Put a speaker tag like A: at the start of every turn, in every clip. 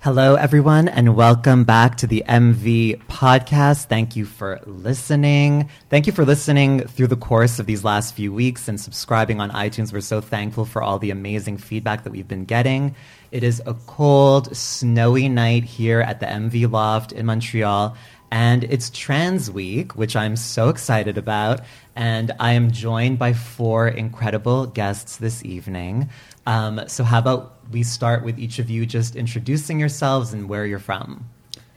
A: Hello, everyone, and welcome back to the MV podcast. Thank you for listening. Thank you for listening through the course of these last few weeks and subscribing on iTunes. We're so thankful for all the amazing feedback that we've been getting. It is a cold, snowy night here at the MV Loft in Montreal, and it's Trans Week, which I'm so excited about. And I am joined by four incredible guests this evening. Um, so, how about we start with each of you just introducing yourselves and where you're from?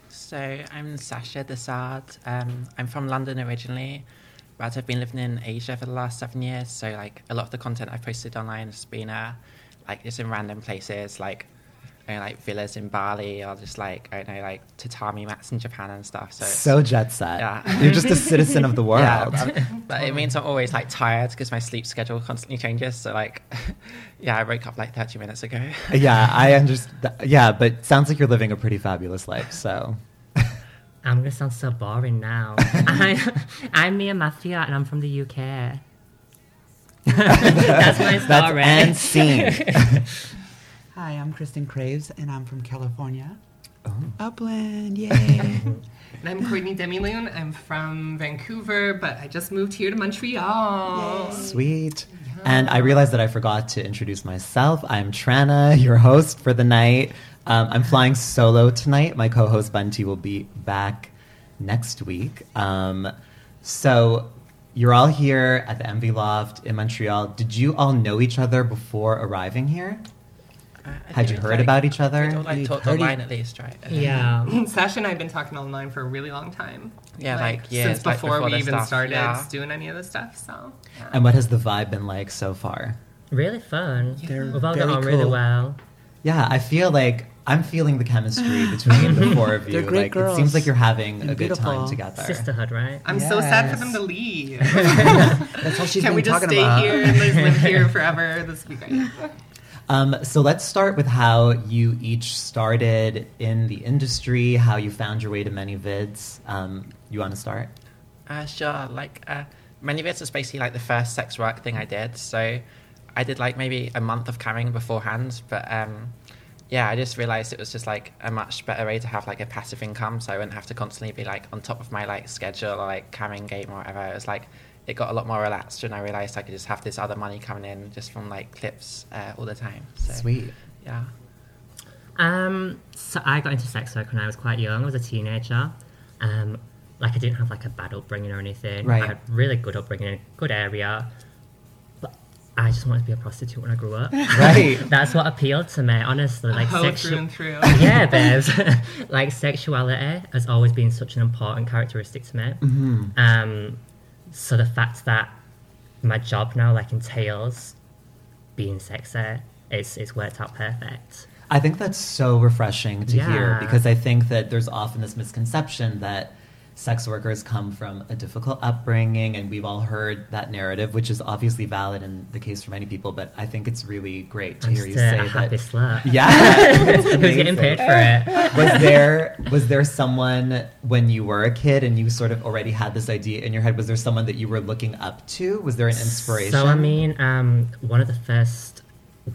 B: So I'm Sasha Desard. Um, I'm from London originally, but I've been living in Asia for the last seven years. So like a lot of the content I've posted online has been uh, like just in random places, like I know, like villas in Bali or just like I don't know like tatami mats in Japan and stuff. So, it's-
A: So jet set.
B: Yeah.
A: You're just a citizen of the world.
B: yeah, but, but it means I'm always like tired because my sleep schedule constantly changes. So like, yeah, I woke up like 30 minutes ago.
A: Yeah, I understand. Yeah, but sounds like you're living a pretty fabulous life. So,
C: I'm gonna sound so boring now. I, I'm Mia Mafia and I'm from the UK. That's my
A: that's
C: story.
A: and scene.
D: Hi, I'm Kristen Craves, and I'm from California. Upland, yay!
E: And I'm Courtney Demiloon. I'm from Vancouver, but I just moved here to Montreal.
A: Sweet. And I realized that I forgot to introduce myself. I'm Trana, your host for the night. Um, I'm flying solo tonight. My co host Bunty will be back next week. Um, so, you're all here at the MV Loft in Montreal. Did you all know each other before arriving here?
B: I- I
A: Had
B: think,
A: you heard
B: like,
A: about each
B: we
A: other?
B: all, like
D: You'd
B: talked
D: heard each-
B: online at least, right?
C: yeah.
E: Sasha and I have been talking online for a really long time.
B: Yeah, like, yeah,
E: since
B: it's like
E: before,
B: before
E: we
B: the
E: even
B: stuff,
E: started
B: yeah.
E: doing any of this stuff. So, yeah.
D: Um,
A: And what has the vibe been like so far?
C: Really fun.
D: They're
C: We've all got
D: very
C: on really
D: cool.
C: well.
A: Yeah, I feel like I'm feeling the chemistry between the four of you.
D: They're great
A: like it
D: girls.
A: seems like you're having
D: And
A: a good time
D: beautiful.
A: together.
C: Sisterhood, right?
E: I'm so sad for
D: Yes.
E: them to leave.
D: That's all she's
E: Can
D: been
E: we just
D: talking
E: stay
D: about.
E: here and like, live here forever? This would be great.
A: Um, so let's start with how you each started in the industry, how you found your way to many vids. Um, you want to start?
B: Uh, sure. Like, uh, Manuvits is basically like the first sex work thing I did. So I did like maybe a month of camming beforehand. But um, yeah, I just realized it was just like a much better way to have like a passive income. So I wouldn't have to constantly be like on top of my like schedule or like camming game or whatever. It was like, it got a lot more relaxed and I realized I could just have this other money coming in just from like clips uh, all the time. So,
A: Sweet.
B: Yeah.
C: Um, so I got into sex work when I was quite young. I was a teenager. Um, like I didn't have like a bad upbringing or anything.
A: Right.
C: I had really good upbringing, in a good area. But I just wanted to be a prostitute when I grew up.
A: Right.
C: That's what appealed to me, honestly. Like
E: Ho through
C: sexual.
E: and through.
C: yeah, babes. like sexuality has always been such an important characteristic to me.
A: Mm-hmm.
C: Um, so the fact that my job now like entails being sexy, it's it's worked out perfect.
A: I think that's so refreshing to hear
C: Yeah.
A: because I think that there's often this misconception that sex workers come from a difficult upbringing, and we've all heard that narrative, which is obviously valid in the case for many people. But I think it's really great to
C: I'm
A: hear
C: just
A: you
C: a,
A: say
C: a happy
A: that.
C: slut.
A: Yeah, That's
C: Who's getting
A: amazing.
C: paid for it?
A: was there was there someone when you were a kid and you sort of already had this idea in your head was there someone that you were looking up to was there an inspiration
C: So I mean, um, one of the first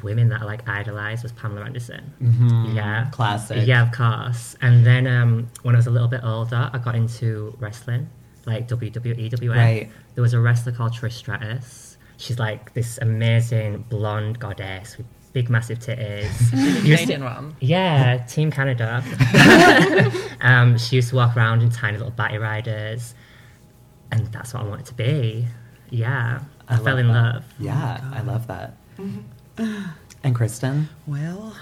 C: women that I like idolized was Pamela Anderson.
A: Mhm.
C: Yeah.
A: classic
C: Yeah, of course. And then um, when I was a little bit older, I got into wrestling, like WWE, WWF.
A: Right.
C: There was a wrestler called Trish Stratus. She's like this amazing blonde goddess with big, massive titties. Used to-
B: Canadian one.
C: yeah, Team Canada. um, she used to walk around in tiny little batty riders, and that's what I wanted to be. Yeah, I, fell
A: love
C: in
A: that.
C: love.
A: yeah
D: Oh
A: i love that and kristen
D: Well,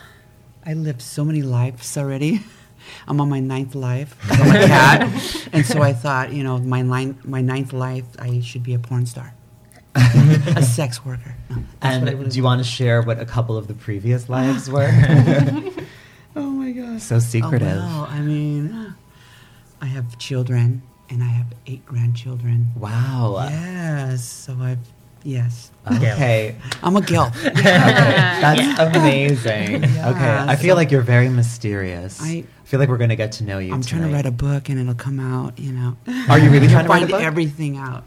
D: I lived so many lives already. I'm on my ninth life. I'm a cat, and so I thought, you know, my line, my ninth life, I should be a porn star, a sex worker. No, that's
A: and
D: what I really
A: do you want to share what a couple of the previous lives were
D: Oh my gosh.
A: so secretive
D: Oh, wow. I mean, I have children, and I have eight grandchildren.
A: wow,
D: Yes. So I've yes.
A: okay
D: I'm a gilf.
A: that's amazing okay
D: Yeah,
A: i feel
D: so-
A: like you're very mysterious
D: I-
A: feel like we're gonna get to know you
D: I'm trying to
A: tonight.
D: write a book and it'll come out, you know.
A: are you really trying to write a
D: Find
A: book
D: everything out.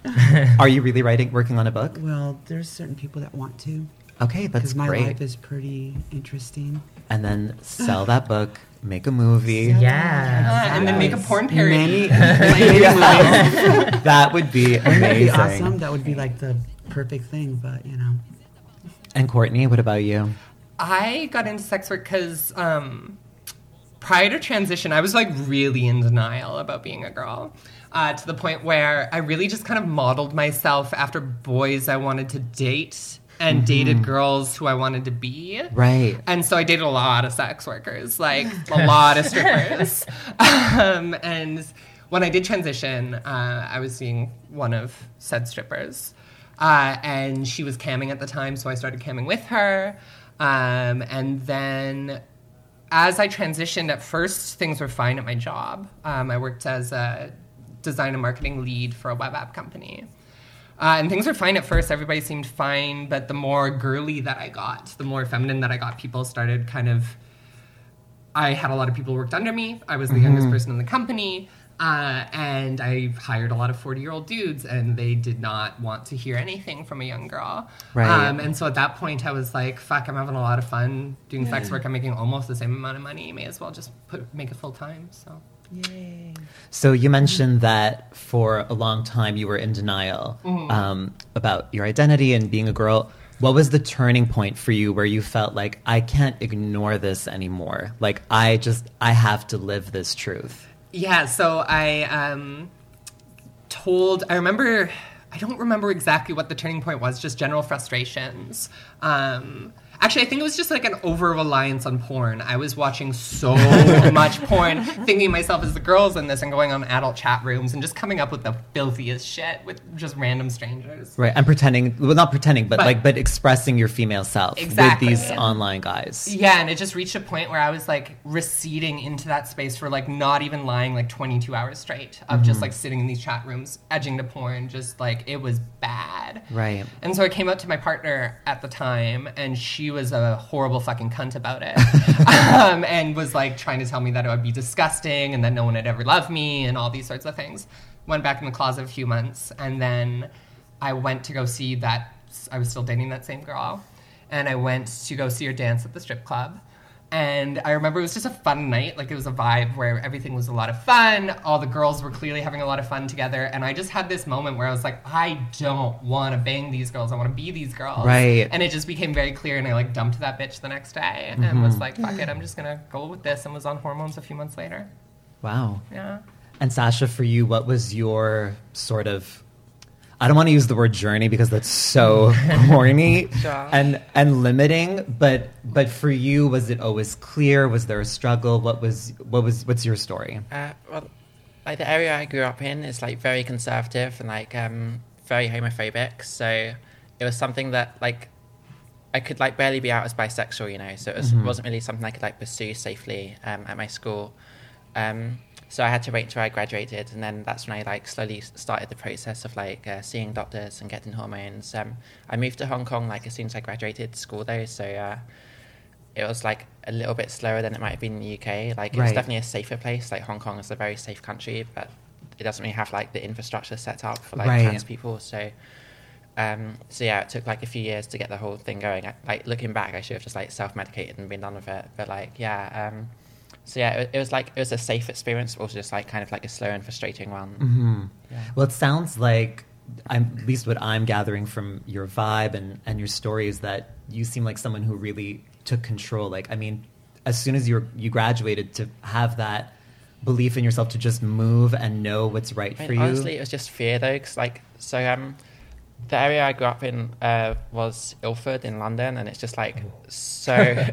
A: are you really writing working on a book
D: Well, there's certain people that want to.
A: Okay, that's
D: because my
A: great.
D: life is pretty interesting.
A: and then sell that book, make a movie.
D: Sell-
C: Yeah.
E: Ah, and then make a porn
D: Many,
E: parody.
D: many movies.
A: That would be
D: That'd be
A: amazing.
D: awesome. That would be like the perfect thing, but you know.
A: And Courtney, what about you?
E: I got into sex work because um, prior to transition, I was like really in denial about being a girl uh, to the point where I really just kind of modeled myself after boys I wanted to date and dated girls who I wanted to be.
A: Right.
E: And so I dated a lot of sex workers, like a lot of strippers. um, and when I did transition, uh, I was seeing one of said strippers. Uh, and she was camming at the time, so I started camming with her. Um, and then as I transitioned, at first things were fine at my job. Um, I worked as a design and marketing lead for a web app company. Uh, and things were fine at first. Everybody seemed fine, but the more girly that I got, the more feminine that I got, people started kind of. I had a lot of people who worked under me. I was the youngest person in the company, uh, and I hired a lot of forty-year-old dudes, and they did not want to hear anything from a young girl.
A: Right.
E: Um, and so at that point, I was like, "Fuck! I'm having a lot of fun doing sex work. I'm making almost the same amount of money. May as well just put make it full time." So.
A: So you mentioned that for a long time you were in denial um, about your identity and being a girl. What was the turning point for you where you felt like I can't ignore this anymore? Like I just I have to live this truth.
E: Yeah, so I um, told, I remember, I don't remember exactly what the turning point was, just general frustrations. Um, actually, I think it was just like an over reliance on porn. I was watching so much porn, thinking myself as the girls in this and going on adult chat rooms and just coming up with the filthiest shit with just random strangers.
A: Right. I'm pretending well not pretending, but,
E: But-
A: like but expressing your female self
E: Exactly.
A: with these online guys.
E: Yeah, and it just reached a point where I was like receding into that space for like not even lying like 22 hours straight of just like sitting in these chat rooms, edging to porn, just like it was bad.
A: Right.
E: And so I came out to my partner at the time, and she was a horrible fucking cunt about it. um, and was like trying to tell me that it would be disgusting and that no one had ever loved me and all these sorts of things. Went back in the closet a few months, and then I went to go see that. I was still dating that same girl, and I went to go see her dance at the strip club. And I remember it was just a fun night. Like it was a vibe where everything was a lot of fun. All the girls were clearly having a lot of fun together. And I just had this moment where I was like, I don't want to bang these girls. I want to be these girls.
A: Right.
E: And it just became very clear. And I like dumped that bitch the next day and was like, fuck it, I'm just going to go with this. And was on hormones a few months later.
A: Wow.
E: Yeah.
A: And Sasha, for you, what was your sort of I don't want to use the word journey because that's so corny
B: Job.
A: and and limiting, but but for you was it always clear? Was there a struggle? What was what was what's your story?
B: Uh, well, like the area I grew up in is like very conservative and like um, very homophobic. So it was something that like I could like barely be out as bisexual, you know. So it was,
A: Mm-hmm.
B: wasn't really something I could like pursue safely um, at my school. Um, so I had to wait until I graduated, and then that's when I like slowly s- started the process of like uh, seeing doctors and getting hormones. Um, I moved to Hong Kong like as soon as I graduated school though, so uh, it was like a little bit slower than it might have been in the UK. Like it was
A: Right.
B: definitely a safer place. Like Hong Kong is a very safe country, but it doesn't really have like the infrastructure set up for like
A: Right.
B: trans people. So, um, so yeah, it took like a few years to get the whole thing going. I, like looking back, I should have just like self-medicated and been done with it. But like, yeah, um, so yeah, it, it was like it was a safe experience, but also just like kind of like a slow and frustrating one.
A: Mm-hmm. Well, it sounds like I'm, at least what I'm gathering from your vibe and, and your story is that you seem like someone who really took control. Like, I mean, as soon as you were, you graduated, to have that belief in yourself to just move and know what's right
B: I
A: for
B: mean,
A: you.
B: honestly, it was just fear though, 'cause, like so um, the area I grew up in uh, was Ilford in London, and it's just like so,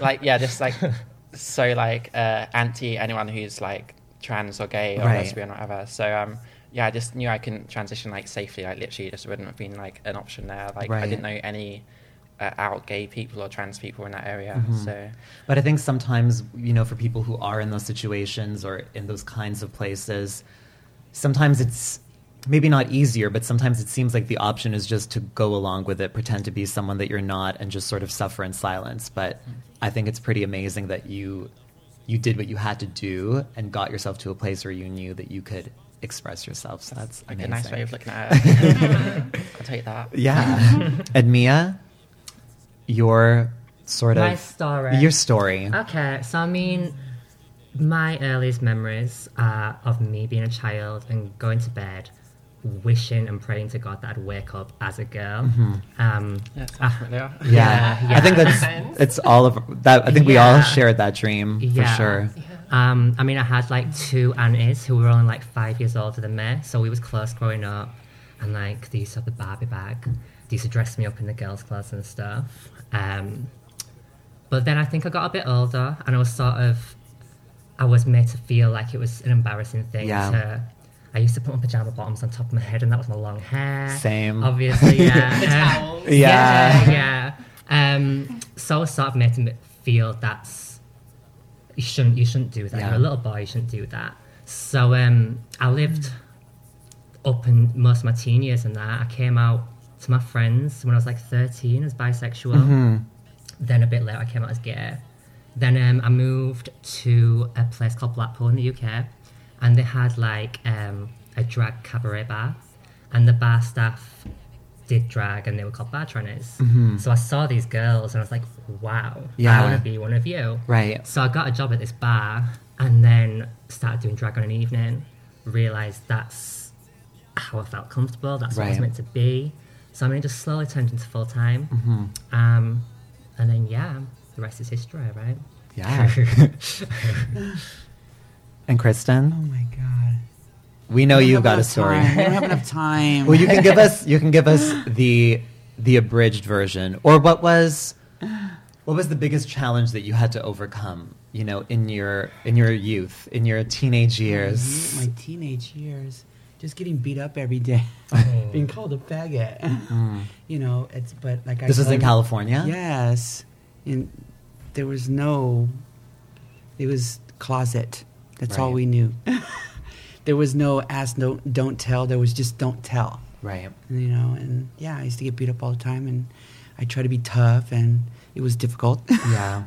B: like yeah, just like so like uh, anti anyone who's like trans or gay or
A: Right.
B: lesbian or whatever. So um, yeah, I just knew I couldn't transition like safely. Like literally, just wouldn't have been like an option there. Like I
A: Right.
B: didn't know any. Uh, out gay people or trans people in that area,
A: Mm-hmm.
B: so
A: But I think sometimes, you know, for people who are in those situations or in those kinds of places, sometimes it's maybe not easier, but sometimes it seems like the option is just to go along with it, pretend to be someone that you're not, and just sort of suffer in silence. But I think it's pretty amazing that you you did what you had to do and got yourself to a place where you knew that you could express yourself. So that's
B: like
A: amazing.
B: a nice way of looking at it. I'll take that.
A: Yeah. and Mia? your sort
C: My
A: of
C: story.
A: your story?
C: Okay, so I mean, my earliest memories are of me being a child and going to bed, wishing and praying to God that I'd wake up as a girl.
A: Mm-hmm.
C: Um,
B: Yes,
C: Ah.
B: definitely are.
A: yeah.
C: yeah,
A: I think
E: yeah.
A: that's it's all of that. I think we
C: Yeah.
A: all shared that dream
C: Yeah.
A: for sure.
C: Um, I mean, I had like two aunties who were only like five years older than me, so we was close growing up. And like, they used to have the Barbie bag. They used to dress me up in the girls' clothes and stuff. Um, but then I think I got a bit older, and I was sort of, I was made to feel like it was an embarrassing thing.
A: Yeah.
C: To, I used to put my pajama bottoms on top of my head, and that was my long hair.
A: Same.
C: Obviously, yeah.
E: The towels.
A: Yeah.
C: yeah. yeah. Um, so I sort of made him feel that's you shouldn't you shouldn't do that. You're
A: Yeah.
C: a little boy. You shouldn't do that. So um, I lived up in most of my teen years and that. I came out to my friends when I was like 13 as bisexual. Then a bit later, I came out as gay. Then um, I moved to a place called Blackpool in the UK, and they had like um, a drag cabaret bar, and the bar staff did drag, and they were called bar trainers. So I saw these girls, and I was like, "Wow,
A: Mm-hmm. Yeah.
C: I want to be one of you."
A: Right.
C: So I got a job at this bar, and then started doing drag on an evening. Realized that's how I felt comfortable. That's what I was
A: Right.
C: meant to be. So I mean, it just slowly turned into full time. Um, and then yeah, the rest is history, right?
A: Yeah. and
D: Oh
A: Kristen,
D: my God.
A: we know
D: We don't
A: you've
D: have
A: got a
D: enough
A: story.
D: time. We don't have enough time.
A: Well, you can give us you can give us the the abridged version, or what was what was the biggest challenge that you had to overcome? You know, in your in your youth, in your teenage years.
D: My teenage years, just getting beat up every day, being called a faggot. You know, it's but like
A: Uh-huh.
D: I.
A: This was
D: tell
A: in
D: you-
A: California.
D: Yes, and there was no. It was closet. That's all
A: Right.
D: we knew. there was no ask, don't don't tell. There was just don't tell.
A: Right.
D: And, you know, and yeah, I used to get beat up all the time, and I tried to be tough, and it was difficult.
A: Yeah.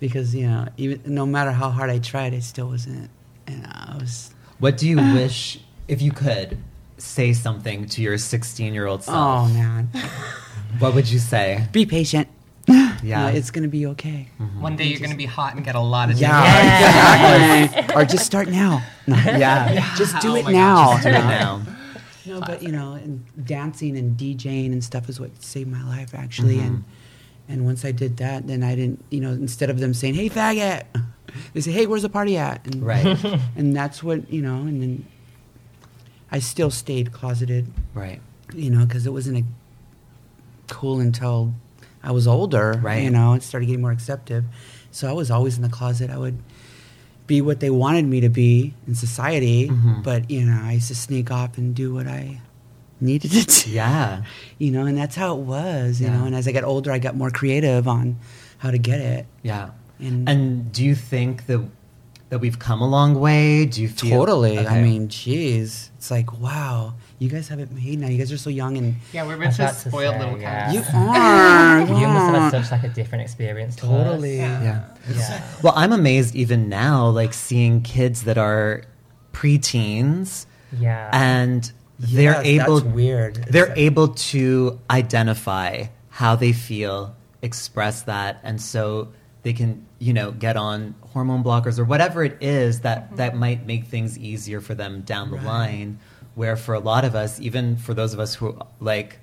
D: because you know, even no matter how hard I tried, it still wasn't. And I was
A: What do you wish, if you could, say something to your 16 year old
D: Oh
A: self?
D: man, Oh.
A: What would you say?
D: be patient.
A: Yeah. Mm-hmm.
D: Uh, it's gonna be okay.
E: One day you're going to be hot and get a lot of
A: Yeah.
D: exactly. or just start now. No,
A: Yeah.
D: just do
E: Oh
D: it
E: my
D: now.
A: Do it now.
D: No, but you know, and dancing and DJing and stuff is what saved my life actually. And and once I did that, then I didn't, you know, instead of them saying, "Hey, faggot," they say, "Hey, where's the party at?" And,
A: Right.
D: And that's what you know. And then I still stayed closeted,
A: Right.
D: you know, because it wasn't a cool until I was older,
A: Right.
D: You know, it started getting more accepted. So I was always in the closet. I would be what they wanted me to be in society,
A: Mhm.
D: but you know, I used to sneak off and do what I needed to do,
A: Yeah.
D: you know, and that's how it was, you
A: Yeah.
D: know. And as I got older, I got more creative on how to get it.
A: Yeah.
D: And,
A: And do you think that that we've come a long way? Do you feel
D: totally, I
A: Okay.
D: mean, jeez, it's like wow, you guys have it made now. You guys are so young and
E: Yeah, we're
C: I
E: rich
C: thought
E: as
C: to
E: spoiled
C: say,
E: little
C: yeah.
E: cats.
D: you are.
C: You must
D: wow.
C: have had such like a different experience. to us.
D: Totally.
A: Yeah.
C: Yeah.
A: Well, I'm amazed even now, like seeing kids that are preteens
C: Yeah.
A: and they're
D: Yes,
A: able
D: That's weird.
A: they're
D: It's-
A: able to identify how they feel, express that, and so they can, you know, get on hormone blockers or whatever it is that that might make things easier for them down the line. Where for a lot of us, even for those of us who like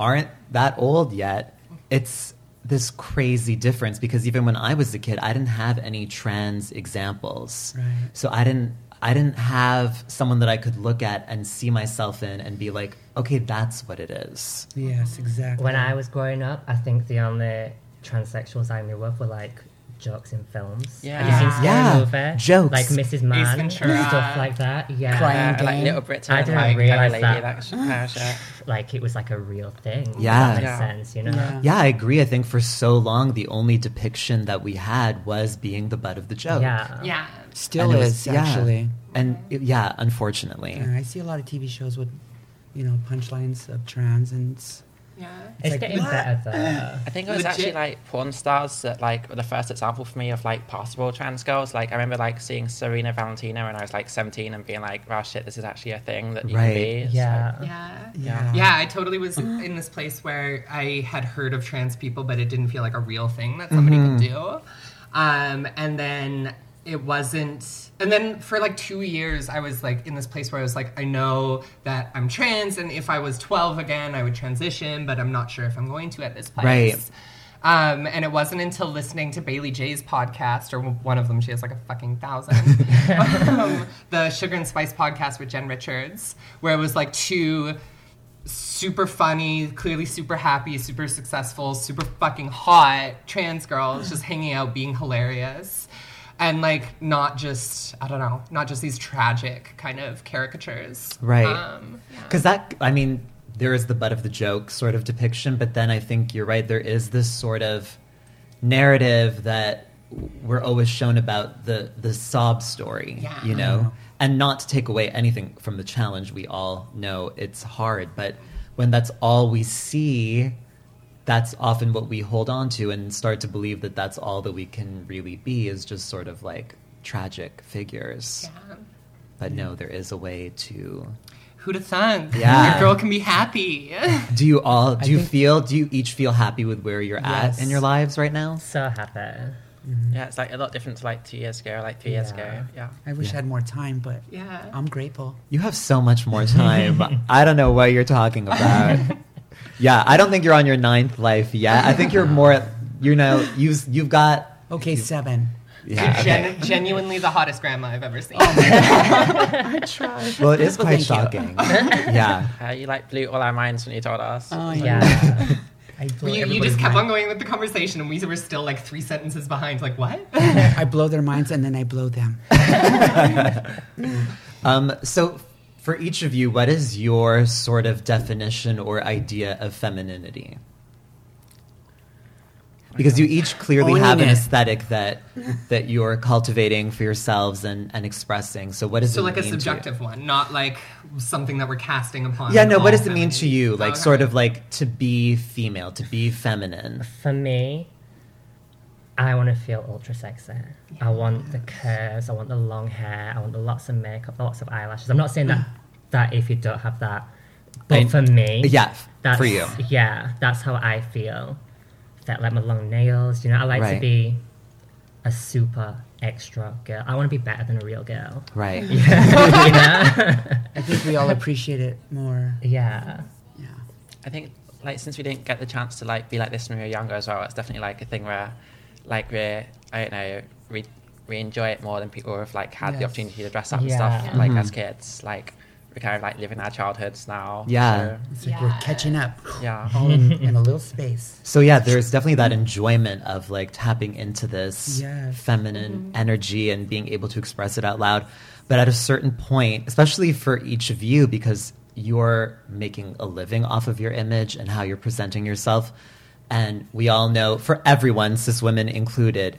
A: aren't that old yet, it's this crazy difference because even when I was a kid, I didn't have any trans examples.
D: Right.
A: So I didn't I didn't have someone that I could look at and see myself in and be like, okay, that's what it is.
D: Yes, exactly.
C: when I was growing up, I think the only transsexuals I knew of were like jokes in films. Have you
B: Yeah.
C: seen Scary
A: Yeah.
C: Movie?
A: Jokes.
C: Like Mrs. Man, and
E: Ventura.
C: stuff like that. Yeah.
D: Crying.
B: Uh, like
D: game.
B: Little Britain.
C: I didn't
B: like,
C: realise
B: Lady,
C: that.
B: that. sh- uh, shirt.
C: Like it was like a real thing. if
A: Yeah.
C: That makes
B: Yeah.
C: sense, you know.
D: Yeah.
A: Yeah, I agree. I think for so long the only depiction that we had was being the butt of the joke.
C: Yeah.
E: Yeah.
D: Still
A: And it
D: is
A: was- yeah.
D: actually.
A: And it- yeah, unfortunately.
D: And I see a lot of TV shows with, you know, punchlines of trans, and it's,
E: Yeah.
C: It's,
D: like,
C: getting
D: what?
C: better though.
B: I think it was
E: Legit-
B: actually like porn stars that like were the first example for me of like possible trans girls. Like I remember like seeing Serena Valentina when I was like 17 and being like, "Wow, shit, this is actually a thing that you
A: Right.
B: can be." It's
C: yeah.
E: Yeah.
D: Yeah.
E: Yeah, I totally was in this place where I had heard of trans people, but it didn't feel like a real thing that somebody could do. Um, and then it wasn't. And then for like two years, I was like in this place where I was like, I know that I'm trans, and if I was 12 again, I would transition, but I'm not sure if I'm going to at this place.
A: Right.
E: Um, and it wasn't until listening to Bailey J's podcast, or one of them, she has like a fucking thousand, um, the Sugar and Spice podcast with Jen Richards, where it was like two super funny, clearly super happy, super successful, super fucking hot trans girls just hanging out, being hilarious. And like not just I don't know, not just these tragic kind of caricatures,
A: Right.
E: Um, yeah.
A: Because that, I mean, there is the butt of the joke sort of depiction, but then I think you're right. There is this sort of narrative that we're always shown about the the sob story,
E: Yeah.
A: you know, and not to take away anything from the challenge. We all know it's hard, but when that's all we see, that's often what we hold on to and start to believe that that's all that we can really be is just sort of like tragic figures.
E: Yeah.
A: But no, there is a way to
E: Who'd have thunk?
A: Yeah.
E: Your girl can be happy.
A: Do you all do you
C: think-
A: feel do you each feel happy with where you're
E: Yes.
A: at in your lives right now?
C: So happy.
B: Yeah, it's like a lot different to like two years ago, like three years ago.
C: Yeah.
B: Yeah.
D: I wish I had more time, but
E: yeah.
D: I'm grateful.
A: You have so much more time. I don't know what you're talking about. yeah, I don't think you're on your ninth life yet. I think you're more at- you know, you've you've got
D: Okay, seven.
A: yeah. okay.
E: Gen- genuinely the hottest grandma I've ever seen.
D: I tried.
A: Well, it is
D: Well,
A: quite
D: thank you.
A: shocking. yeah.
B: Uh, you like blew all our minds when you told us.
D: Oh,
C: Yeah.
D: yeah.
C: I blew
E: you, you
C: everybody's
E: just kept
C: mind.
E: on going with the conversation, and we were still like three sentences behind. Like what?
D: I blow their minds and then I blow them.
A: Um so for each of you, what is your sort of definition or idea of femininity? Because you each clearly
D: Owning
A: have an
D: it.
A: aesthetic that that you're cultivating for yourselves and, and expressing. So what does
E: so
A: it
E: like a
A: mean to you?
E: subjective one, not like something that we're casting upon.
A: Yeah, no,
E: all
A: what does it mean
E: feminine-
A: to you? Like
E: Okay.
A: sort of like to be female, to be feminine.
C: For me, I want to feel ultra sexy. I want the curves. I want the long hair. I want the lots of makeup, the lots of eyelashes. I'm not saying that that if you don't have that, but
A: I-
C: for me,
A: Yeah, f-
C: that's,
A: for you.
C: yeah, that's how I feel. That like my long nails. You know, I like
A: Right.
C: to be a super extra girl. I want to be better than a real girl.
A: Right.
C: you know?
D: I think we all appreciate it more.
C: yeah.
D: Yeah.
B: I think like since we didn't get the chance to like be like this when we were younger as well, it's definitely like a thing where like we're I don't know we we enjoy it more than people who have like had the
D: Yes.
B: opportunity to dress up and
C: Yeah.
B: stuff
A: Mm-hmm.
B: like as kids. Like we're kind of like living our childhoods now.
A: Yeah.
D: It's like we're catching up
B: so, yeah.
D: all in, in a little space.
A: So yeah, there's definitely that enjoyment of like tapping into this
D: Yes.
A: feminine energy and being able to express it out loud. But at a certain point, especially for each of you, because you're making a living off of your image and how you're presenting yourself. And we all know, for everyone, cis women included,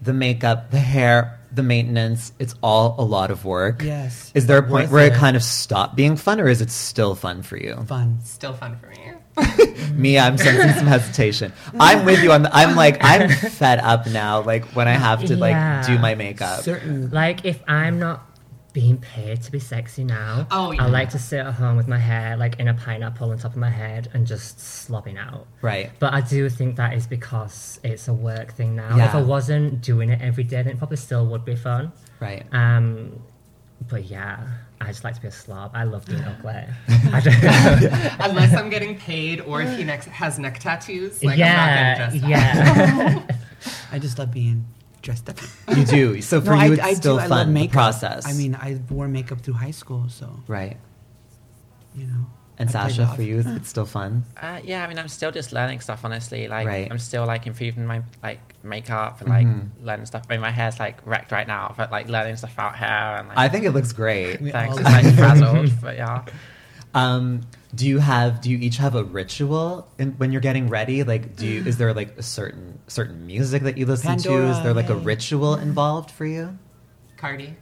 A: the makeup, the hair, the maintenance, it's all a lot of work.
D: Yes.
A: Is there a
D: But
A: point
D: worth
A: where it
D: it.
A: kind of stopped being fun or is it still fun for you?
D: Fun.
E: Still fun for me.
A: Me, I'm sensing some hesitation. I'm with you. I'm, I'm like, I'm fed up now. Like when I have to like
C: Yeah.
A: do my makeup.
D: Certain.
C: Like if I'm not being paid to be sexy now,
E: Oh, yeah.
C: I like to sit at home with my hair like in a pineapple on top of my head and just slobbing out.
A: Right.
C: But I do think that is because it's a work thing now. If
A: Yeah.
C: I wasn't doing it every day, then it probably still would be fun.
A: Right.
C: Um, but yeah, I just like to be a slob. I love being ugly. I don't-
E: Unless I'm getting paid, or if he neck has neck tattoos. Like, I'm
C: yeah,
E: not getting dressed up.
C: yeah.
D: I just love being dressed up.
A: You do. So for you, it's still
D: I love
A: fun, the
D: makeup.
A: process.
D: I mean, I wore makeup through high school, so,
A: right.
D: you know.
A: And
D: I played
A: Sasha,
D: golf.
A: for you, it's still fun.
B: Uh, yeah, I mean, I'm still just learning stuff, honestly. Like,
A: Right. Mm-hmm.
B: I'm still like improving my like makeup and like learning stuff. I mean, my hair's like wrecked right now, but like learning stuff about hair and like
A: I think it looks great.
D: We
B: thanks,
D: all-
B: it's like frazzled, but yeah.
A: Um, do you have? Do you each have a ritual in, when you're getting ready? Like, do you? Is there like a certain certain music that you listen to? Is
D: Pandora,
A: there like a
D: hey.
A: ritual involved for you?
E: Cardi.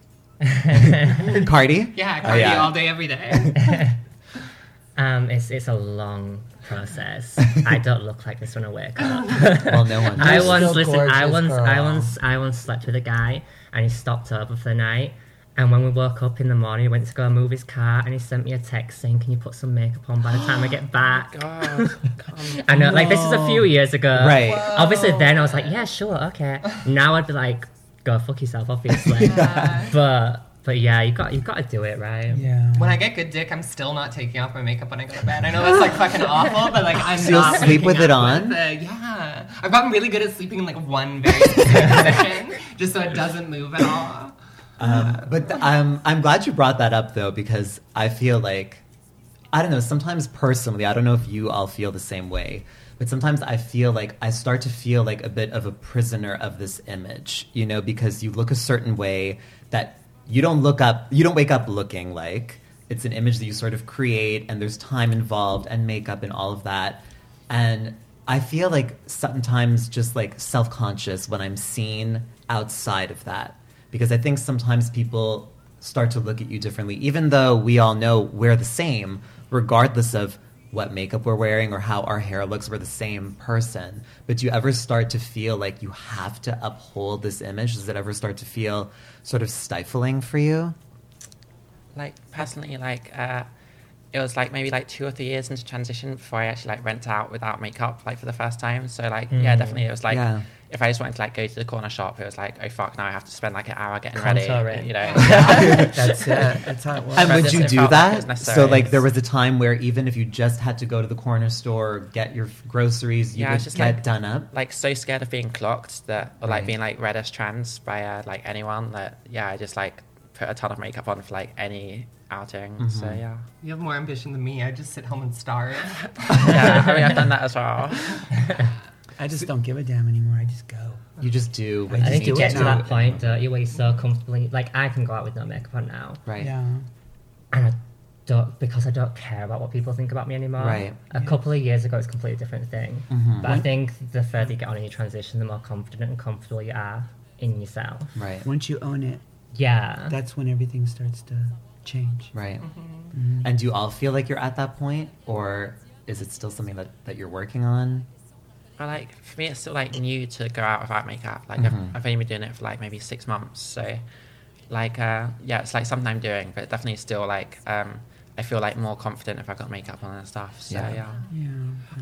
A: Cardi.
E: Yeah,
A: Oh,
E: Cardi all day, every day.
C: um, it's it's a long process. I don't look like this when I wake up.
A: Well, no one.
C: I
A: does.
D: You're
C: once
D: still
C: listen. I
D: gorgeous,
C: once, I
D: girl.
C: once, I once slept with a guy, and he stopped over for the night. And when we woke up in the morning, he went to go and move his car, and he sent me a text saying, "Can you put some makeup on by the time I get back?"
B: God, come
C: I know, like this is a few years ago.
A: Right.
C: Obviously, then I was like, "Yeah, sure, okay." Now I'd be like, "Go fuck yourself," obviously. But but yeah, you got you got to do it, right?
D: Yeah.
E: When I get good dick, I'm still not taking off my makeup when I go to bed. I know that's like fucking awful, but like I'm
A: So you'll
E: not
A: sleep
E: waking
A: with it
E: up
A: on?
E: with it. yeah, I've gotten really good at sleeping in like one very specific position, just so it doesn't move at all.
A: Um, but th- I'm I'm glad you brought that up though because I feel like I don't know. Sometimes personally, I don't know if you all feel the same way, but sometimes I feel like I start to feel like a bit of a prisoner of this image, you know, because you look a certain way that you don't look up, you don't wake up looking like. It's an image that you sort of create, and there's time involved and makeup and all of that. And I feel like sometimes just like self conscious when I'm seen outside of that. Because I think sometimes people start to look at you differently, even though we all know we're the same, regardless of what makeup we're wearing or how our hair looks, we're the same person. But do you ever start to feel like you have to uphold this image? Does it ever start to feel sort of stifling for you?
B: like personally like uh it was like maybe like two or three years into transition before I actually like went out without makeup like for the first time. So like
D: Mm.
B: yeah, definitely it was like
A: Yeah.
B: if I just wanted to like go to the corner shop, it was like oh fuck, now I have to spend like an hour getting
C: Contouring.
B: ready. You know,
D: That's it. That's how it works.
A: And
B: Right.
A: would you
B: It
A: do
B: felt like it was
A: that?
B: necessary.
A: so, like, there was a time where even if you just had to go to the corner store, get your f- groceries, you
B: Yeah,
A: would
B: it's
A: just
B: just
A: get
B: like-
A: done up.
B: like so scared of being clocked that or like
D: Mm.
A: Right.
B: being like read as trans by uh, like anyone that yeah, I just like put a ton of makeup on for like any outing. So
D: Mm-hmm.
B: yeah,
E: You have more ambition than me. I just sit home and starve.
B: yeah, I mean I've done that as well.
D: I just don't give a damn anymore. I just go.
A: You just do what
C: I
A: you
C: think
A: need
C: you
A: to
C: get
A: do.
C: to that point, don't you, where you're so comfortably like I can go out with no makeup on now,
A: Right.
D: Yeah.
C: and I don't because I don't care about what people think about me anymore.
A: Right.
C: A couple of years ago, it's a completely different thing. But I think the further you get on in your transition, the more confident and comfortable you are in yourself.
A: Right.
D: Once you own it,
C: Yeah.
D: that's when everything starts to change. Mm-hmm.
A: Right. And do you all feel like you're at that point, or is it still something that, that you're working on?
B: But like for me, it's still like new to go out without makeup. Like I've, I've only been doing it for like maybe six months, so like uh, yeah, it's like something I'm doing, but definitely still like um, I feel like more confident if I've got makeup on and stuff. So
A: Yeah.
B: yeah,
D: Yeah.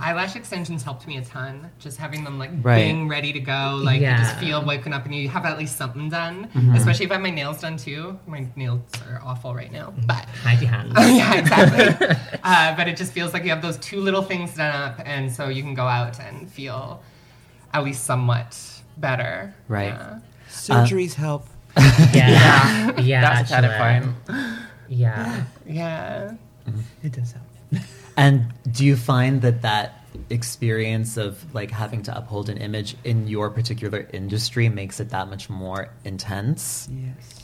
A: Uh,
E: Eyelash extensions helped me a ton. Just having them like
A: Right.
E: being ready to go, like
C: Yeah.
E: you just feel woken up and you have at least something done.
A: Mm-hmm.
E: Especially if I have my nails done too. My nails are awful right now, but oh,
C: Hide your hands.
E: yeah, exactly. uh, but it just feels like you have those two little things done up, and so you can go out and feel at least somewhat better.
A: Right.
E: Yeah.
D: Surgeries help.
C: Yeah. Yeah.
B: that's a
C: actually.
B: terrifying.
C: Yeah.
E: Yeah.
D: It does help.
A: And do you find that that experience of like having to uphold an image in your particular industry makes it that much more intense?
D: Yes.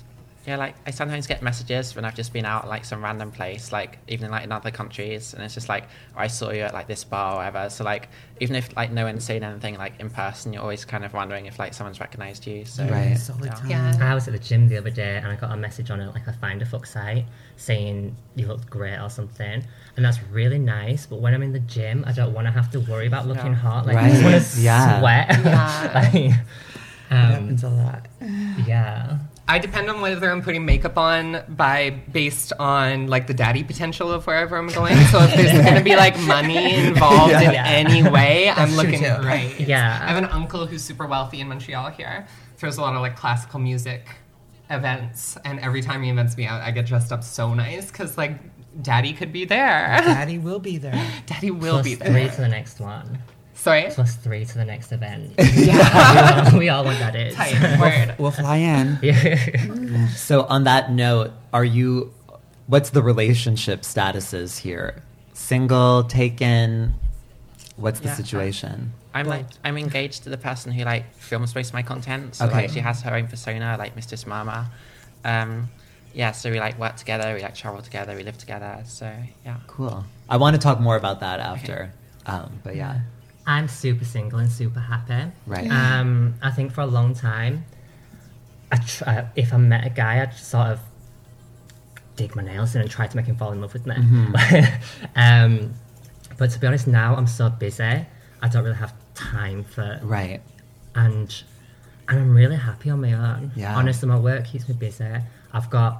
B: Yeah, like I sometimes get messages when I've just been out like some random place, like even in like in other countries, and it's just like "Oh, I saw you at like this bar or whatever. So like even if like no one's seen anything like in person, you're always kind of wondering if like someone's recognized you. So
A: Right.
D: Yes, all the
B: Yeah.
D: time.
E: Yeah.
C: I was at the gym the other day and I got a message on it, like a find a fuck site, saying you looked great or something. And that's really nice, but when I'm in the gym, I don't want to have to worry about looking
B: Yeah.
C: hot. Like, I just
A: Right.
C: want to
A: Yeah.
C: sweat. like,
D: It
C: um,
D: happens a lot.
C: yeah.
E: I depend on whether I'm putting makeup on by based on like the daddy potential of wherever I'm going. So if there's gonna be like money involved in
C: Yeah.
E: any way, I'm
D: true,
E: looking
D: too.
E: great.
C: Yeah.
E: I have an uncle who's super wealthy in Montreal here. Throws a lot of like classical music events, and every time he invents me out, I get dressed up so nice because like daddy could be there.
D: Daddy will be there.
E: Daddy will
C: Plus
E: be
C: three
E: there.
C: to the next one.
E: Sorry.
C: Plus three to the next event.
E: Yeah.
C: we, all, we all want that is.
E: Tight word.
D: We'll fly in.
C: Yeah.
A: So, on that note, are you? What's the relationship statuses here? Single, taken? What's the
B: Yeah.
A: situation?
B: I'm like I'm engaged to the person who like films most of my content. So
A: Okay.
B: like she has her own persona, like Mistress Mama. Um, yeah, so we like work together, we like travel together, we live together. So yeah.
A: Cool. I want to talk more about that after. Um, but yeah,
C: I'm super single and super happy.
A: Right.
C: Um, I think for a long time, I tr- uh, if I met a guy, I'd sort of dig my nails in and try to make him fall in love with me. um, But to be honest, now I'm so busy, I don't really have time for
A: Right.
C: and and I'm really happy on my own.
A: Yeah.
C: Honestly, my work keeps me busy. I've got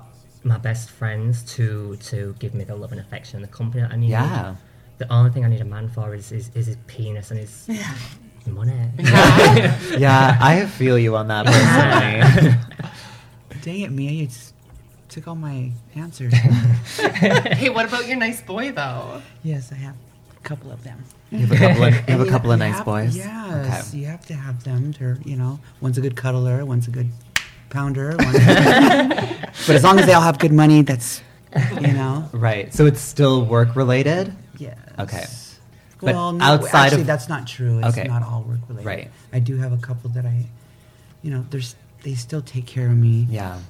C: my best friends to to give me the love and affection and the company that I need.
A: Yeah.
C: The only thing I need a man for is is, is his penis and his money.
A: Yeah, I feel you on that personally.
D: Dang it, Mia, you just took all my answers.
E: hey, what about your nice boy though?
D: yes, I have a couple of them.
A: you have a couple of, you have a
D: You-
A: couple of
D: you
A: nice
D: have-
A: boys.
D: Yes,
A: Okay.
D: you have to have them. To you know, one's a good cuddler, one's a good pounder. One's a- but as long as they all have good money, that's you know.
A: Right. So it's still work related?
D: Yes.
A: Okay. But
D: Well, no,
A: outside
D: actually,
A: of-
D: that's not true. It's
A: Okay.
D: not all work related.
A: Right.
D: I do have a couple that I, you know, there's they still take care of me.
A: Yeah.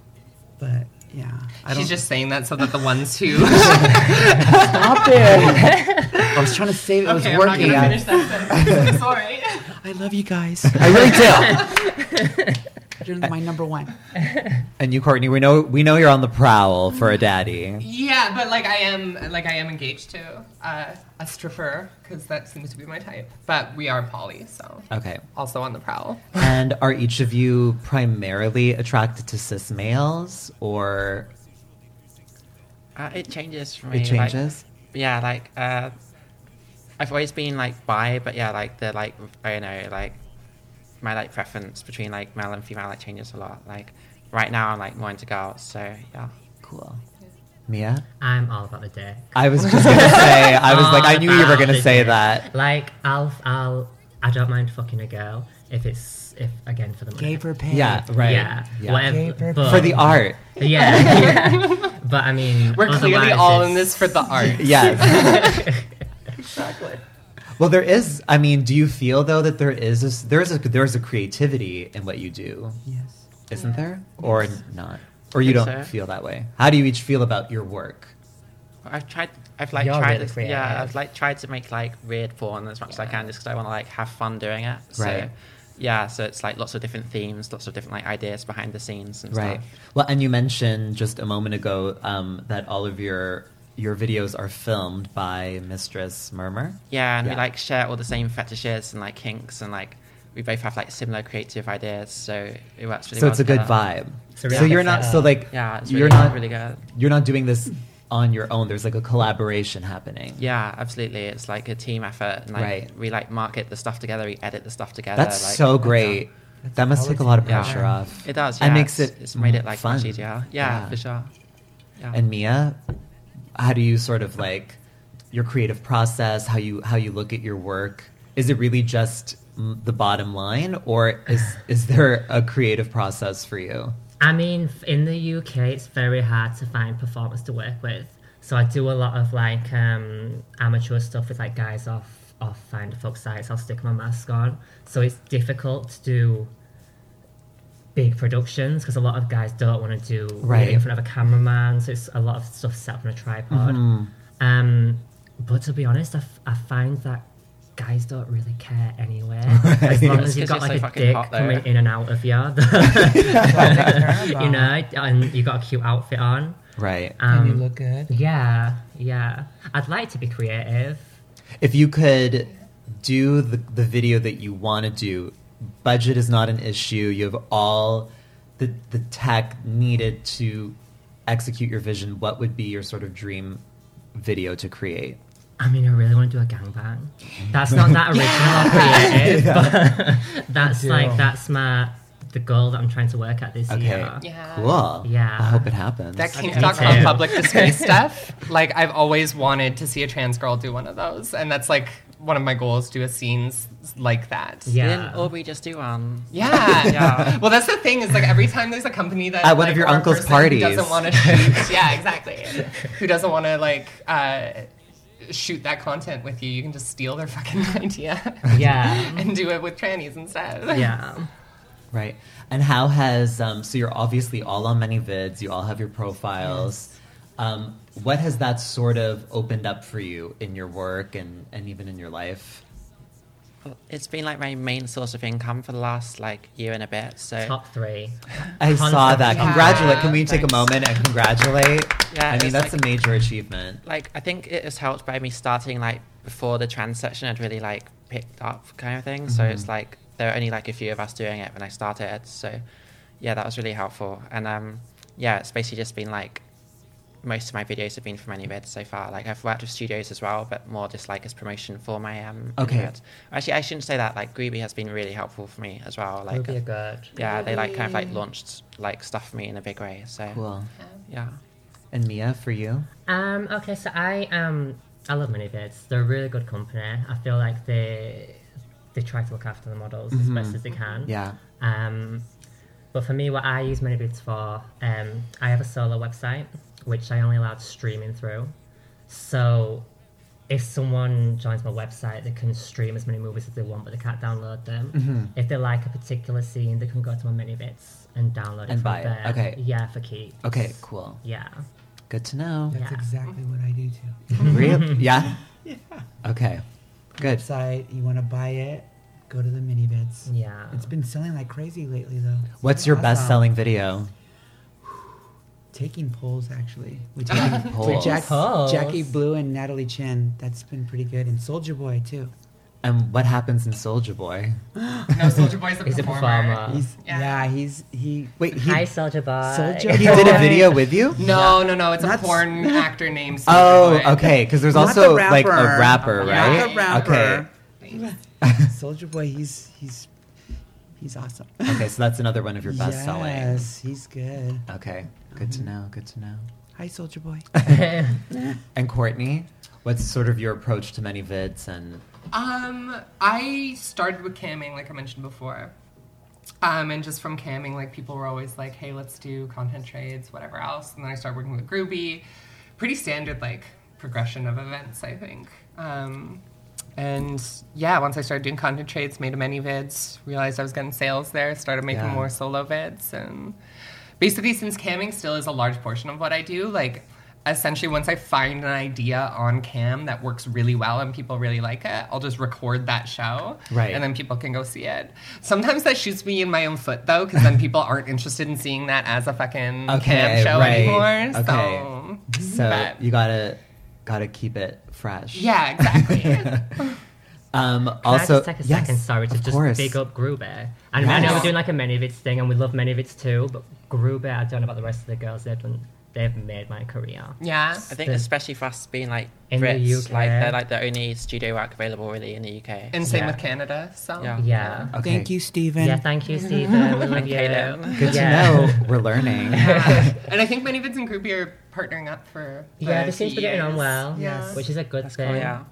D: But yeah, I
E: She's
D: don't.
E: just saying that so that the ones who
D: stop it. I was trying to save it. It
E: okay,
D: was working.
E: I'm not gonna finish
D: I,
E: that sentence. Sorry.
D: I love you guys.
A: I really do.
D: You're my number one.
A: and you, Courtney, we know we know you're on the prowl for a daddy.
E: Yeah, but like I am, like I am engaged to uh, a stripper because that seems to be my type. But we are poly, so
A: Okay.
E: also on the prowl.
A: And are each of you primarily attracted to cis males or
B: Uh, it changes for me.
A: it
B: like-
A: changes?
B: yeah, like uh, I've always been like bi, but yeah, like the like I don't know, like my like preference between like male and female like changes a lot. Like right now, I'm like more into girls, so yeah.
A: Cool. Mia?
C: I'm all about the dick.
A: I was just gonna say I was like I
C: All
A: knew you were
C: about
A: gonna
C: the
A: say
C: dick.
A: that.
C: Like I'll I'll I don't mind fucking a girl if it's if again for the money.
D: Gay for pay.
A: Yeah, right.
C: Yeah.
A: Yeah.
C: Whatever.
D: Paper
C: but-
A: For the art.
C: Yeah. yeah. but I mean,
E: We're clearly
C: otherwise
E: all
C: it's-
E: in this for the art.
A: Yes.
E: exactly.
A: Well, there is. I mean, do you feel though that there is this, there's a there's a creativity in what you do,
D: Yes.
A: isn't there, or not, or you
B: Mm. Think
A: don't
B: so.
A: feel that way? How do you each feel about your work?
B: I've tried. I've like
C: You're
B: tried.
C: really
B: to- yeah,
C: creative.
B: I've like tried to make like weird porn as much as I can, just because I want to like have fun doing it. So,
A: Right.
B: Yeah, so it's like lots of different themes, lots of different like ideas behind the scenes and
A: Right.
B: stuff.
A: Well, and you mentioned just a moment ago um, that all of your your videos are filmed by Mistress Murmur.
B: Yeah, and we
A: Yeah.
B: like share all the same fetishes and like kinks and like we both have like similar creative ideas, so it works really
A: so
B: well.
A: it's a good
B: together.
A: vibe.
C: It's a really
A: so you're
C: good
A: not so
C: setup.
A: like
B: Yeah, it's really,
A: you're not
B: really good.
A: you're not doing this on your own. There's like a collaboration happening.
B: Yeah, absolutely. It's like a team effort, and like
A: Right.
B: we like market the stuff together, we edit the stuff together.
A: That's
B: like,
A: so great.
D: That's
A: that must take a lot of
B: Yeah.
A: pressure off.
B: It does. Yeah,
A: That makes
B: it's-
A: it
B: It's made it like
A: fun.
B: much easier. Yeah,
A: Yeah.
B: for sure. Yeah.
A: And Mia, how do you sort of like your creative process? How you how you look at your work? Is it really just mm, the bottom line, or is is there a creative process for you?
C: I mean, f- in the UK, it's very hard to find performers to work with. So I do a lot of like um, amateur stuff with like guys off off find folk sites. I'll stick my mask on. So it's difficult to do big productions because a lot of guys don't want to do it
A: Right.
C: in front of a cameraman. So it's a lot of stuff set up on a tripod. Um, but to be honest, I, f- I find that guys don't really care anyway. As long
B: That's
C: as you've
B: 'cause you're
C: got like
B: so
C: a
B: fucking
C: dick
B: hot, though.
C: coming in and out of you. you know, and you got a cute outfit on.
A: Right.
D: And
C: Um,
D: you look good.
C: yeah, yeah. I'd like to be creative.
A: If you could do the, the video that you want to do, budget is not an issue. You have all the, the tech needed to execute your vision. What would be your sort of dream video to create?
C: I mean, I really want to do a gangbang. That's not that original or creative, but that's
D: do.
C: like that's my the goal that I'm trying to work at this
A: Okay.
C: year.
E: Uh, Yeah.
A: Cool.
C: Yeah.
A: I hope it happens.
E: That
C: Me
E: kink.com
C: too.
E: public display stuff. Like I've always wanted to see a trans girl do one of those, and that's like one of my goals: do a scenes like that.
C: Yeah.
B: Didn't Aubrey just do um, one?
E: Yeah.
B: Yeah.
E: Well, that's the thing is like every time there's a company that
A: At one
E: like,
A: of your
E: or a
A: uncle's
E: person
A: parties.
E: who doesn't want to shoot. yeah, exactly. Who doesn't want to like uh, shoot that content with you? You can just steal their fucking idea
C: Yeah.
E: and do it with trannies instead.
C: yeah.
A: Right. And how has um, so you're obviously all on many vids, you all have your profiles. Um, what has that sort of opened up for you in your work and, and even in your life?
B: it's been like my main source of income for the last like year and a bit. So
C: Top three.
A: I saw
C: Concept.
A: that.
C: Yeah.
A: Congratulate. Can we take
B: Thanks.
A: a moment and congratulate?
B: Yeah,
A: I mean,
B: it's
A: that's
B: like-
A: a major achievement.
B: like I think it was helped by me starting like before the trans section had really like picked up kind of thing. So
C: Mm-hmm.
B: it's like there were only like a few of us doing it when I started. So yeah, that was really helpful. And um yeah, it's basically just been like most of my videos have been from AnyVid so far. Like I've worked with studios as well, but more just like as promotion for my um
A: Okay.
B: AnyVid. Actually I shouldn't say that, like Groovy has been really helpful for me as well.
C: Like
B: Like
C: Ruby are good.
B: yeah, they like kind of like launched like stuff for me in a big way. So
A: Cool.
B: yeah.
A: And Mia, for you?
C: Um, okay, so I um I love Minivids. They're a really good company. I feel like they they try to look after the models as best as they can.
A: Yeah.
C: Um, but for me, what I use Minivids for, um, I have a solo website which I only allowed streaming through. So if someone joins my website, they can stream as many movies as they want, but they can't download them.
A: Mm-hmm.
C: If they like a particular scene, they can go to my Minivids and download it
A: And
C: from
A: buy it.
C: there.
A: Okay.
C: Yeah, for keeps.
A: Okay, cool.
C: Yeah.
A: Good to know.
D: That's
C: Yeah.
D: exactly what I do too.
A: Real? Yeah? Okay. Good.
D: Website, you want to buy it, go to the mini bids.
C: Yeah.
D: It's been selling like crazy lately though.
A: What's your
D: Awesome.
A: best selling video?
D: Taking polls actually. We took
A: Taking
D: with
A: polls.
D: Jack,
C: Polls.
D: Jackie Blue and Natalie Chin. That's been pretty good. And Soldier Boy too.
A: And what happens in Soldier Boy?
E: No, Soldier Boy's a
C: He's a performer.
D: He's
E: Yeah.
D: yeah, he's he
A: Wait, he,
C: Hi, Soldier Boy.
D: Soulja
A: he did a
D: Boy.
A: video with you?
E: No, no, no. It's
D: Not
E: a
D: s-
E: porn actor named. Soldier
A: Oh,
E: Boy.
A: okay. Because there's
D: Not
A: also
D: the
A: like a
D: rapper.
A: rapper,
E: Yeah.
A: right?
D: not a rapper.
E: Okay.
D: Soldier Boy, he's he's he's awesome.
A: Okay, so that's another one of your best selling.
D: Yes, he's good.
A: Okay, good to know. Good to know.
D: Hi, Soldier Boy.
A: And Courtney, what's sort of your approach to many vids? And
E: Um, I started with camming, like I mentioned before. Um, and just from camming, like people were always like, "Hey, let's do content trades, whatever else." And then I started working with Groovy. Pretty standard, like progression of events, I think. Um, and yeah, once I started doing content trades, made many vids, realized I was getting sales there, started making
A: Yeah.
E: more solo vids, and basically since camming still is a large portion of what i do like essentially once i find an idea on cam that works really well and people really like it i'll just record that show
A: Right.
E: and then people can go see it sometimes that shoots me in my own foot though because then people aren't interested in seeing that as a fucking
A: Okay,
E: cam show
A: right.
E: anymore
A: Okay.
E: so,
A: so
D: Mm-hmm.
E: but-
A: you gotta gotta keep it fresh.
E: yeah exactly
A: Um.
C: Can
A: also,
C: I just take a
A: yes,
C: second, sorry, to
A: of
C: just
A: course.
C: big up Gruber. And I know
A: Yes.
C: we're doing like a Menivits thing, and we love Menivits too, but Gruber, I don't know about the rest of the girls, they've, done, they've made my career.
E: yeah
B: I think
C: the-
B: especially for us being like
C: In the
B: Brits,
C: UK.
B: like they're like the only studio work available really in the UK.
E: and same
C: Yeah.
E: with canada so
B: Yeah.
C: Yeah.
A: Okay.
D: Thank you, Steven.
C: Yeah, thank you, Stephen. We love you.
B: Caitlin.
A: Good
C: Yeah.
A: to know. We're learning.
E: Yeah. and I think many vids and Groupie are partnering up for.
C: Yeah,
E: the
C: this seems to be getting on
E: years.
C: well,
E: Yeah.
C: which is a good
B: That's
C: thing.
B: cool, yeah.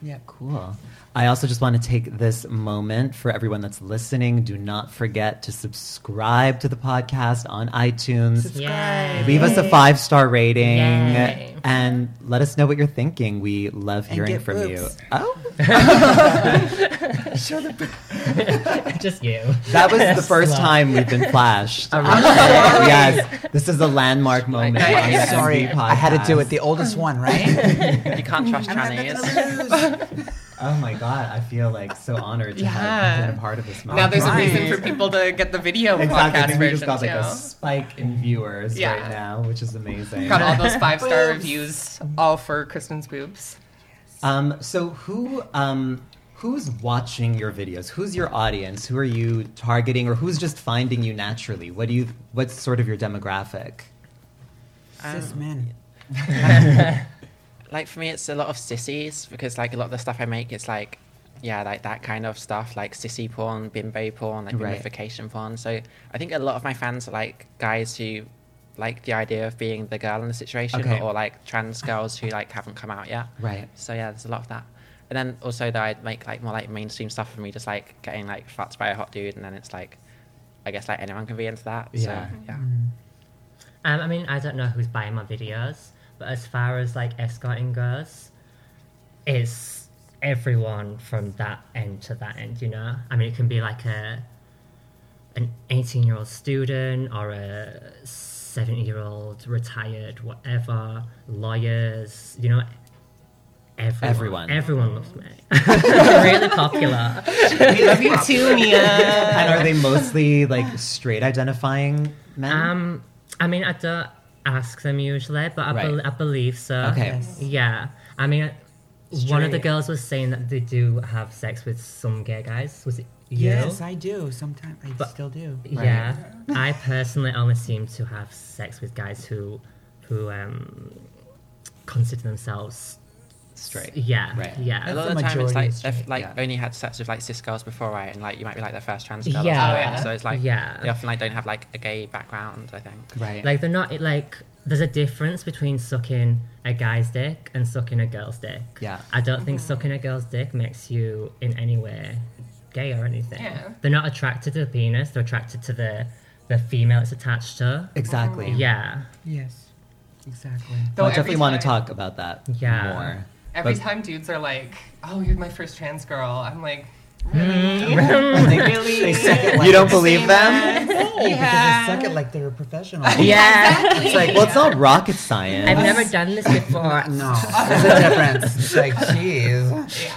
D: Yeah.
A: Cool. I also just want to take this moment for everyone that's listening. Do not forget to subscribe to the podcast on iTunes.
C: Yeah.
A: Leave us a five star rating
C: Yay.
A: and let us know what you're thinking. We love
D: And
A: hearing
D: get
A: from you.
D: boobs.
A: Oh,
C: Just you.
A: that was the first
C: Slut.
A: time we've been flashed. yes, this is a
E: Oh
A: landmark moment.
B: Like,
A: on the
B: I'm
A: MV
D: Sorry, I had to do it.
A: podcast.
D: The oldest one, right?
B: You can't trust
D: I'm not
B: trannies.
D: gonna lose.
A: Oh my god, I feel like so honored to
E: Yeah.
A: have been a part of this moment.
E: Now there's a
D: Right.
E: reason for people to get the video
A: Exactly. I
E: podcast
A: think we just
E: version
A: got like a
E: too.
A: spike in viewers
E: Yeah.
A: right now, which is amazing.
E: Got all those five star
D: Boobs.
E: reviews, all for Kristen's boobs.
A: Um, so who um, who's watching your videos? Who's your audience? Who are you targeting, or who's just finding you naturally? What do you? What's sort of your demographic?
D: Cis men.
B: Like for me, it's a lot of sissies because like a lot of the stuff I make is like, yeah, like that kind of stuff, like sissy porn, bimbo porn, like
A: Right.
B: bimbofication porn. So I think a lot of my fans are like guys who like the idea of being the girl in the situation,
A: Okay.
B: or like trans girls who like haven't come out yet.
A: Right.
B: So yeah, there's a lot of that. And then also though I'd make like more like mainstream stuff for me, just like getting like fucked by a hot dude, and then it's like, I guess like anyone can be into that.
A: Yeah.
B: So, yeah.
C: Um, I mean, I don't know who's buying my videos, but as far as like escorting goes, it's everyone from that end to that end. You know, I mean, it can be like a an eighteen-year-old student or a seventy-year-old retired, whatever, lawyers. You know,
A: Everyone.
C: Everyone. Everyone loves me. really popular.
E: We love you too, Mia.
A: And are they mostly like straight identifying men?
C: Uh, Um, I mean, I don't ask them usually, but I,
A: Right.
C: bel I believe so.
A: Okay.
D: Yes.
C: Yeah. I mean, one of the
E: Straight.
C: girls was saying that they do have sex with some gay guys. Was it you?
D: Yes, I do. Sometimes I
C: But-
D: still do.
C: Yeah. I personally only seem to have sex with guys who, who um, consider themselves.
A: straight.
C: Yeah.
A: Right.
C: Yeah.
B: a lot
D: the
B: of the time, it's
D: majority
B: like
D: is
B: they've
D: straight,
B: like
A: yeah.
B: only had sex with like cis girls before, right? And like you might be like their first trans girl. or
C: Yeah.
B: something,
E: Oh, yeah.
B: So it's like
C: Yeah.
B: they often like don't have like a gay background. I think.
A: Right.
C: Like they're not it, like there's a difference between sucking a guy's dick and sucking a girl's dick.
A: Yeah.
C: I don't think sucking a girl's dick makes you in any way gay or anything.
E: Yeah.
C: They're not attracted to the penis, they're attracted to the the female it's attached to.
A: exactly.
C: Yeah.
D: Yes, exactly.
A: Well, I
E: every
A: definitely want to
E: time-
A: talk about that
C: Yeah.
A: more.
E: Every
A: But-
E: time dudes are like, "Oh, you're my first trans girl," I'm like, "Really?
A: They-
E: really?
A: they suck it like- you don't believe
E: Same
A: them?
E: as-
D: Because they
E: yeah.
D: suck it like they're a professional.
C: Yeah.
A: It's like, well, it's not rocket science.
C: I've never done this before.
D: No, there's a difference. It's like, jeez.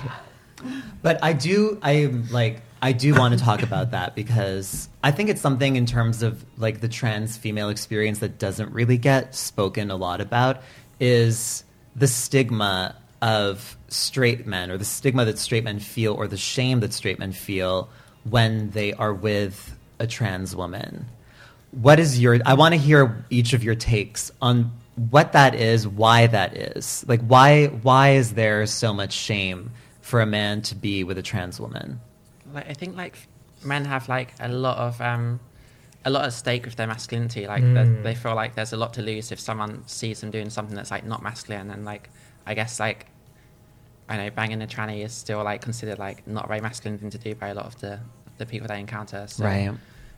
A: But I do, I'm like, I do want to talk about that because I think it's something in terms of like the trans female experience that doesn't really get spoken a lot about is the stigma of straight men or the stigma that straight men feel or the shame that straight men feel when they are with a trans woman. What is your, I want to hear each of your takes on what that is, why that is. Like, why, why is there so much shame for a man to be with a trans woman?
B: like I think like men have like a lot of um a lot at stake with their masculinity. Like
C: Mm.
B: they, they feel like there's a lot to lose if someone sees them doing something that's like not masculine, and like I guess like I know banging a tranny is still like considered like not a very masculine thing to do by a lot of the the people they encounter. So,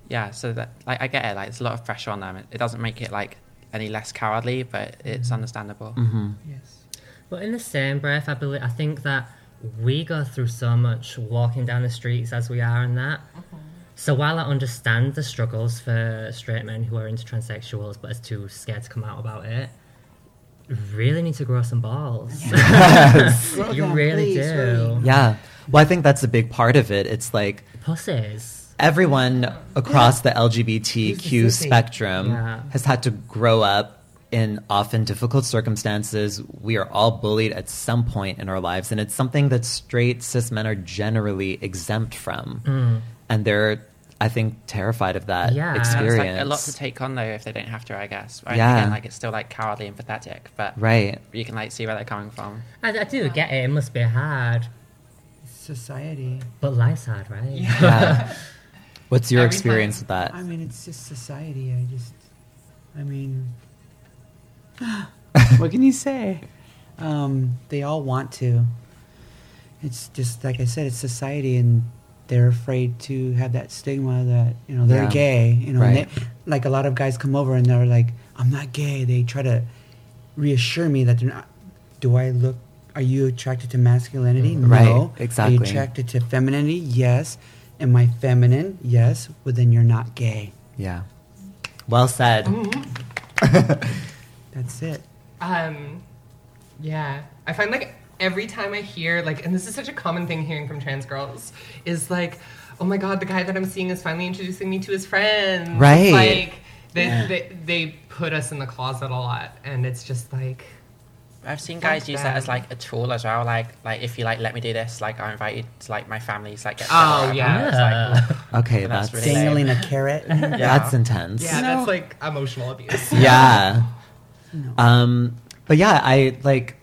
B: Yeah. So that like I get it. Like it's a lot of pressure on them. It, it doesn't make it like any less cowardly, but it's understandable.
A: Mm-hmm.
D: Yes.
C: But in the same breath, I believe I think that we go through so much walking down the streets as we are, and that.
A: Mm-hmm.
C: So while I understand the struggles for straight men who are into transsexuals but are too scared to come out about it, really need to grow some balls.
D: Grow
C: you
D: them,
C: really
D: please,
C: do.
A: Yeah. Well, I think that's a big part of it. It's like
C: Pussies.
A: everyone across the
D: Who's
A: LGBTQ
D: the sissy?
A: spectrum
C: Yeah.
A: has had to grow up in often difficult circumstances. We are all bullied at some point in our lives, and it's something that straight cis men are generally exempt from.
D: Mm.
A: And they're, I think, terrified of that
C: Yeah. And it's like
B: And
A: experience.
B: it's like a lot to take on though if they don't have to, I guess. Right?
A: Yeah.
B: Again, like it's still like cowardly and pathetic, but
A: Right.
B: you can like see where they're coming from.
C: I, I do get it. It must be hard,
D: Society.
C: but life's hard, right?
A: Yeah. What's your
E: Every time-
A: experience with that?
D: I mean, it's just society. I just, I mean, what can you say? Um, they all want to. It's just like I said, it's society, and they're afraid to have that stigma that you know they're
A: Yeah.
D: gay. You know, and
A: Right.
D: they, like a lot of guys come over and they're like, "I'm not gay." They try to reassure me that they're not. Do I look? Are you attracted to masculinity?
A: Right,
D: No.
A: exactly.
D: Are you attracted to femininity? Yes. Am I feminine? Yes. Well, then you're not gay.
A: Yeah. Well said.
D: That's it.
E: Um, yeah. I find like every time I hear like, and this is such a common thing hearing from trans girls, is like, oh my god, the guy that I'm seeing is finally introducing me to his friends.
A: Right.
E: Like they they, they put us in the closet a lot, and it's just like.
B: I've seen
E: Fuck
B: guys use that
E: them.
B: as like a tool as well. Like like if you like let me do this, like I'm invited to like my family's like get
E: Oh,
B: together.
E: yeah.
B: It's like,
C: Yeah.
A: Okay,
B: And that's
A: that's
B: really-
D: Dangling a carrot.
A: that's intense.
D: No.
E: Yeah, that's like emotional abuse.
A: yeah. Um, but yeah, I like.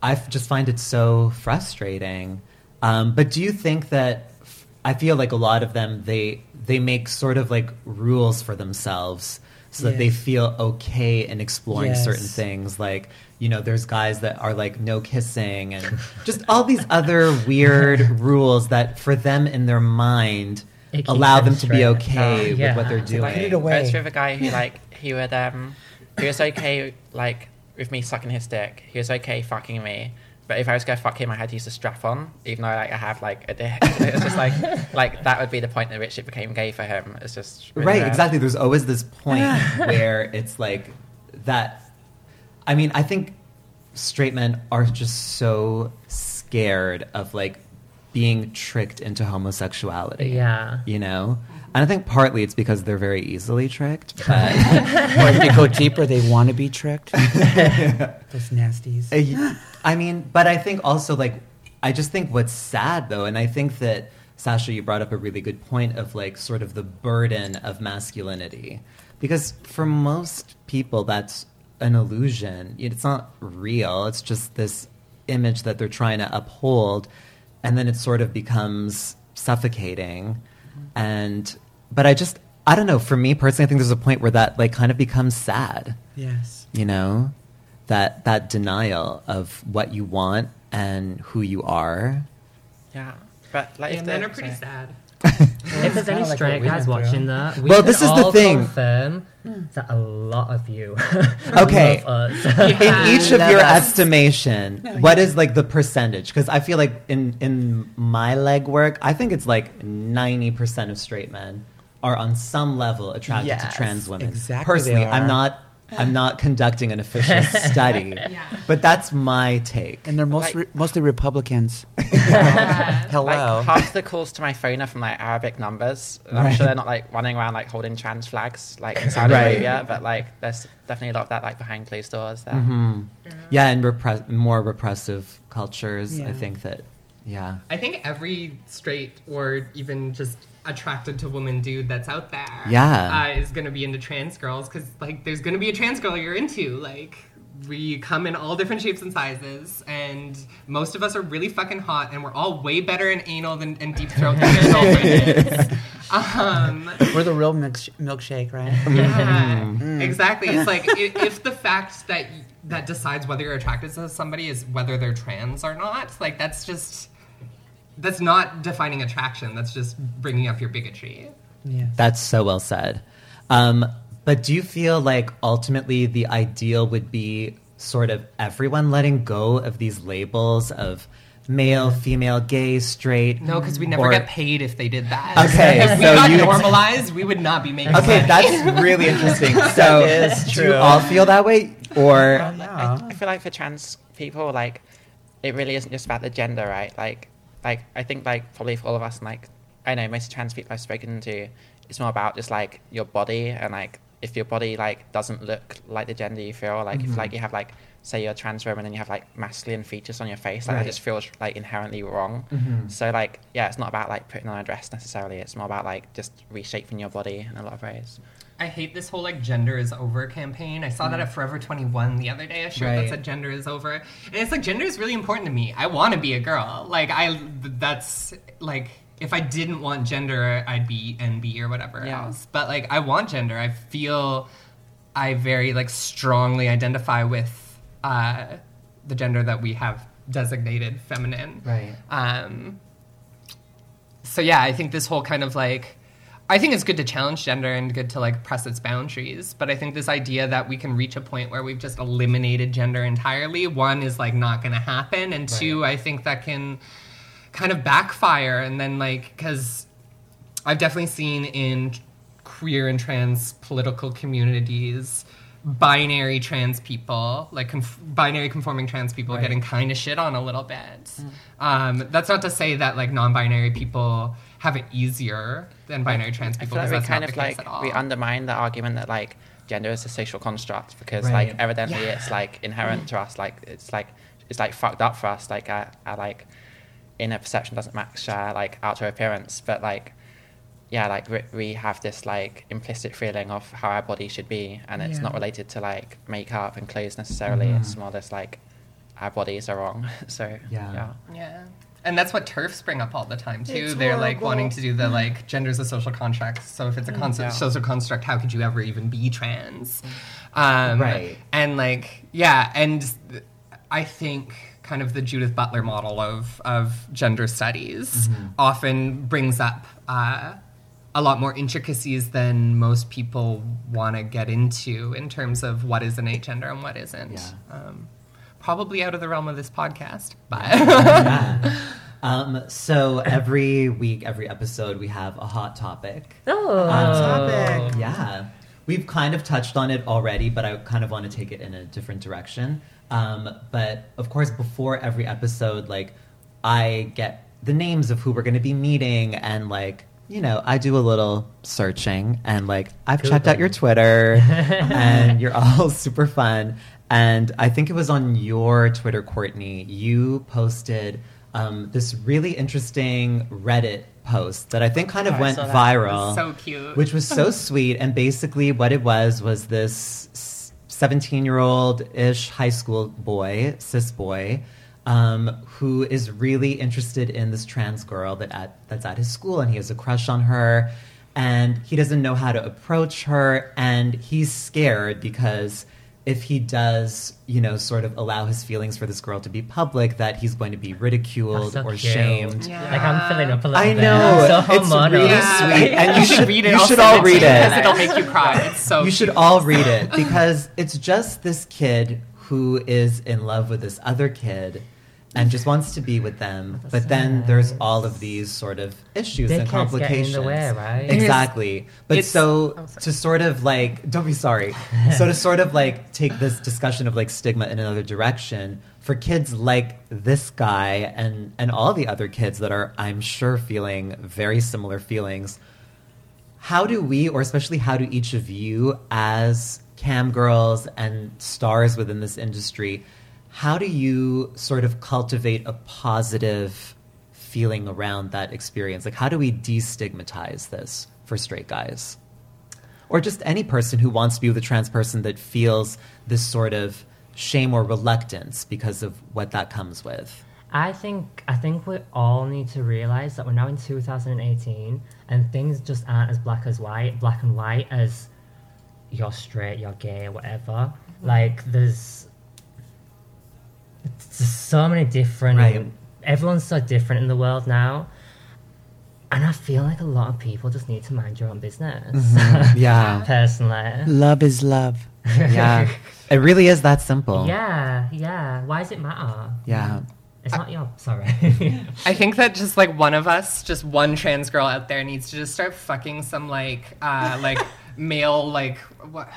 A: I f- just find it so frustrating. Um, but do you think that? f- I feel like a lot of them they they make sort of like rules for themselves so that they
D: Yes.
A: feel okay in exploring
D: Yes.
A: certain things. Like you know, there's guys that are like no kissing and just all these other weird rules that for them in their mind
C: It keeps
A: allow
C: them
A: them to be
C: straight.
A: okay
C: Uh,
A: with
C: yeah.
A: what they're
C: It's
A: doing.
B: like,
D: Put it away.
B: I was with a guy who like he would um he was okay like with me sucking his dick. He was okay fucking me. But if I was gonna fuck him I had to use a strap on, even though like I have like a dick. It's just like like that would be the point at which it became gay for him. It's just really
A: right
B: bad.
A: exactly there's always this point where it's like that i mean i think straight men are just so scared of like being tricked into homosexuality.
C: Yeah.
A: You know? And I think partly it's because they're very easily tricked, but
D: or if they go deeper, they want to be tricked. Those nasties.
A: Uh, I mean, but I think also like I just think what's sad though, and I think that Sasha, you brought up a really good point of like sort of the burden of masculinity, because for most people that's an illusion. It's not real. It's just this image that they're trying to uphold, and then it sort of becomes suffocating. And but I just I don't know. For me personally, I think there's a point where that like kind of becomes sad
D: Yes.
A: you know that that denial of what you want and who you are
B: Yeah, but like
E: Yeah,
B: if
E: men
B: the-
E: are pretty
B: sorry.
E: sad.
C: If there's any
D: kinda like
C: straight
D: what we
C: guys
D: went through.
C: watching that, we
A: Well,
C: can
A: this is the
C: all
A: thing.
C: confirm
A: Mm.
C: that a lot of you
A: Okay.
C: love us.
A: in each of
D: love
A: your
D: us.
A: estimation what is like the percentage because i feel like in in my legwork i think it's like 90% of straight men are on some level attracted to
E: Yes,
A: trans women
D: exactly
A: personally
D: they
A: i'm
D: are.
A: not i'm not conducting an official study but that's my take
D: And they're most
B: Like-
D: re- mostly Republicans. Hello.
B: Like half the calls to my phone are from like Arabic numbers. I'm
A: Right.
B: sure they're not like running around like holding trans flags like in Saudi
A: Right.
B: Arabia, but like there's definitely a lot of that like behind closed doors.
A: Mm-hmm.
B: That
A: yeah and repress- more repressive cultures i
D: Yeah.
A: think that yeah
E: I think every straight or even just attracted to woman dude that's out there,
A: Yeah.
E: uh, is gonna be into trans girls because like there's gonna be a trans girl you're into. Like we come in all different shapes and sizes, and most of us are really fucking hot, and we're all way better in anal than and deep throat than their girlfriend is. Um,
D: We're the real milksh- milkshake, right?
E: yeah,
A: Mm.
E: exactly. It's like i- if the fact that y- that decides whether you're attracted to somebody is whether they're trans or not. Like that's just that's not defining attraction. That's just bringing up your bigotry.
D: Yes.
A: That's so well said. Um, but do you feel like ultimately the ideal would be sort of everyone letting go of these labels of male, female, gay, straight?
E: No, because we never
A: Or-
E: get paid if they did that.
A: Okay,
E: if we
A: so
E: got
A: you-
E: normalized, we would not be making.
A: Okay,
E: money.
A: that's really interesting. So,
D: is
A: do you
D: true.
A: all feel that way, or
B: I, I feel like for trans people, like it really isn't just about the gender, right? Like, like I think like probably for all of us, and like I know most trans people I've spoken to, it's more about just like your body and like if your body like doesn't look like the gender you feel, like if like you have like say you're a trans woman and you have like masculine features on your face, like
A: Right.
B: that just feels like inherently wrong. So like yeah, it's not about like putting on a dress necessarily. It's more about like just reshaping your body in a lot of ways.
E: I hate this whole like gender is over campaign. I saw that at Forever 21 the other day. A shirt
A: Right.
E: that said gender is over, and it's like gender is really important to me. I want to be a girl. Like I, th- that's like if I didn't want gender, I'd be NB or whatever
B: Yeah.
E: else. But like I want gender. I feel I very like strongly identify with uh, the gender that we have designated feminine.
A: Right.
E: Um, so yeah, I think this whole kind of like I think it's good to challenge gender and good to like press its boundaries, but I think this idea that we can reach a point where we've just eliminated gender entirely, one is like not going to happen and two, I think that can kind of backfire and then like cuz I've definitely seen in queer and trans political communities binary trans people, like conf- binary conforming trans people, getting kind of shit on a little bit.
B: Mm.
E: Um, that's not to say that like non-binary people have it easier than binary trans
B: I
E: people.
B: feel like
E: 'cause
B: we
E: that's
B: kind
E: not
B: of
E: the case at
B: like
E: all.
B: we undermine the argument that like gender is a social construct because like evidently it's like inherent to us. Like it's like it's like fucked up for us. Like our, our like inner perception doesn't match our like outer appearance. But like yeah, like we, we have this like implicit feeling of how our body should be, and it's
D: Yeah.
B: not related to like makeup and clothes necessarily.
E: Mm-hmm.
B: It's more this like our bodies are wrong. so
A: Yeah.
B: yeah.
E: Yeah. And that's what turfs bring up all the time too.
D: It's
E: They're like
D: horrible. Mm.
E: wanting to do the like gender's a social contract. So if it's a con-
B: Yeah.
E: social construct, how could you ever even be trans?
D: Mm.
E: Um,
A: Right.
E: And like yeah, and th- I think kind of the Judith Butler model of of gender studies
A: Mm-hmm.
E: often brings up uh, a lot more intricacies than most people want to get into in terms of what is innate gender and what isn't.
A: Yeah.
E: Um, probably out of the realm of this podcast, but.
A: um, so every week, every episode, we have a hot topic.
C: oh.
A: Yeah. We've kind of touched on it already, but I kind of want to take it in a different direction. Um, but of course, before every episode, like I get the names of who we're going to be meeting, and like you know, I do a little searching, and like I've checked out
C: Googling.
A: your Twitter, and you're all super fun. And I think it was on your Twitter, Courtney, you posted um, this really interesting Reddit post that I think kind of
E: Oh, I
A: went
E: saw that.
A: viral.
E: It was so cute.
A: Which was so sweet. And basically, what it was was this 17 year old ish high school boy, cis boy. Um, who is really interested in this trans girl that at, that's at his school, and he has a crush on her, and he doesn't know how to approach her, and he's scared because if he does, you know, sort of allow his feelings for this girl to be public, that he's going to be ridiculed
C: so
A: or
C: cute.
A: shamed.
E: Yeah.
C: Like I'm filling up a little
A: I
C: bit.
A: know.
C: I'm so
A: It's
C: hormonal.
A: really
E: Yeah.
A: sweet. And you should read it. You
E: all
A: should all
E: 17,
A: read it.
E: 'cause It'll make you cry. It's so
A: you should
E: cute.
A: all read it because it's just this kid who is in love with this other kid and just wants to be with them.
C: That's
A: But then
C: nice.
A: there's all of these sort of issues and
C: Dickheads get in
A: complications.
C: the way, right? Here's-
A: Exactly. But
E: it's-
A: so
E: Oh, sorry.
A: to sort of like don't be sorry. so to sort of like take this discussion of like stigma in another direction for kids like this guy and and all the other kids that are I'm sure feeling very similar feelings how do we or especially how do each of you as cam girls and stars within this industry how do you sort of cultivate a positive feeling around that experience like how do we destigmatize this for straight guys or just any person who wants to be with a trans person that feels this sort of shame or reluctance because of what that comes with
C: I think I think we all need to realize that we're now in 2018 and things just aren't as black as white, black and white as you're straight, you're gay, whatever.
E: Mm-hmm.
C: Like there's there's so many different.
A: Right.
C: Everyone's so different in the world now, and I feel like a lot of people just need to mind your own business.
A: Mm-hmm. yeah
C: Personally,
D: Love is love.
A: yeah it really is that simple
C: yeah, yeah. Why does it matter?
A: yeah
C: It's not your sorry.
E: I think that just like one of us, just one trans girl out there, needs to just start fucking some like uh like male like what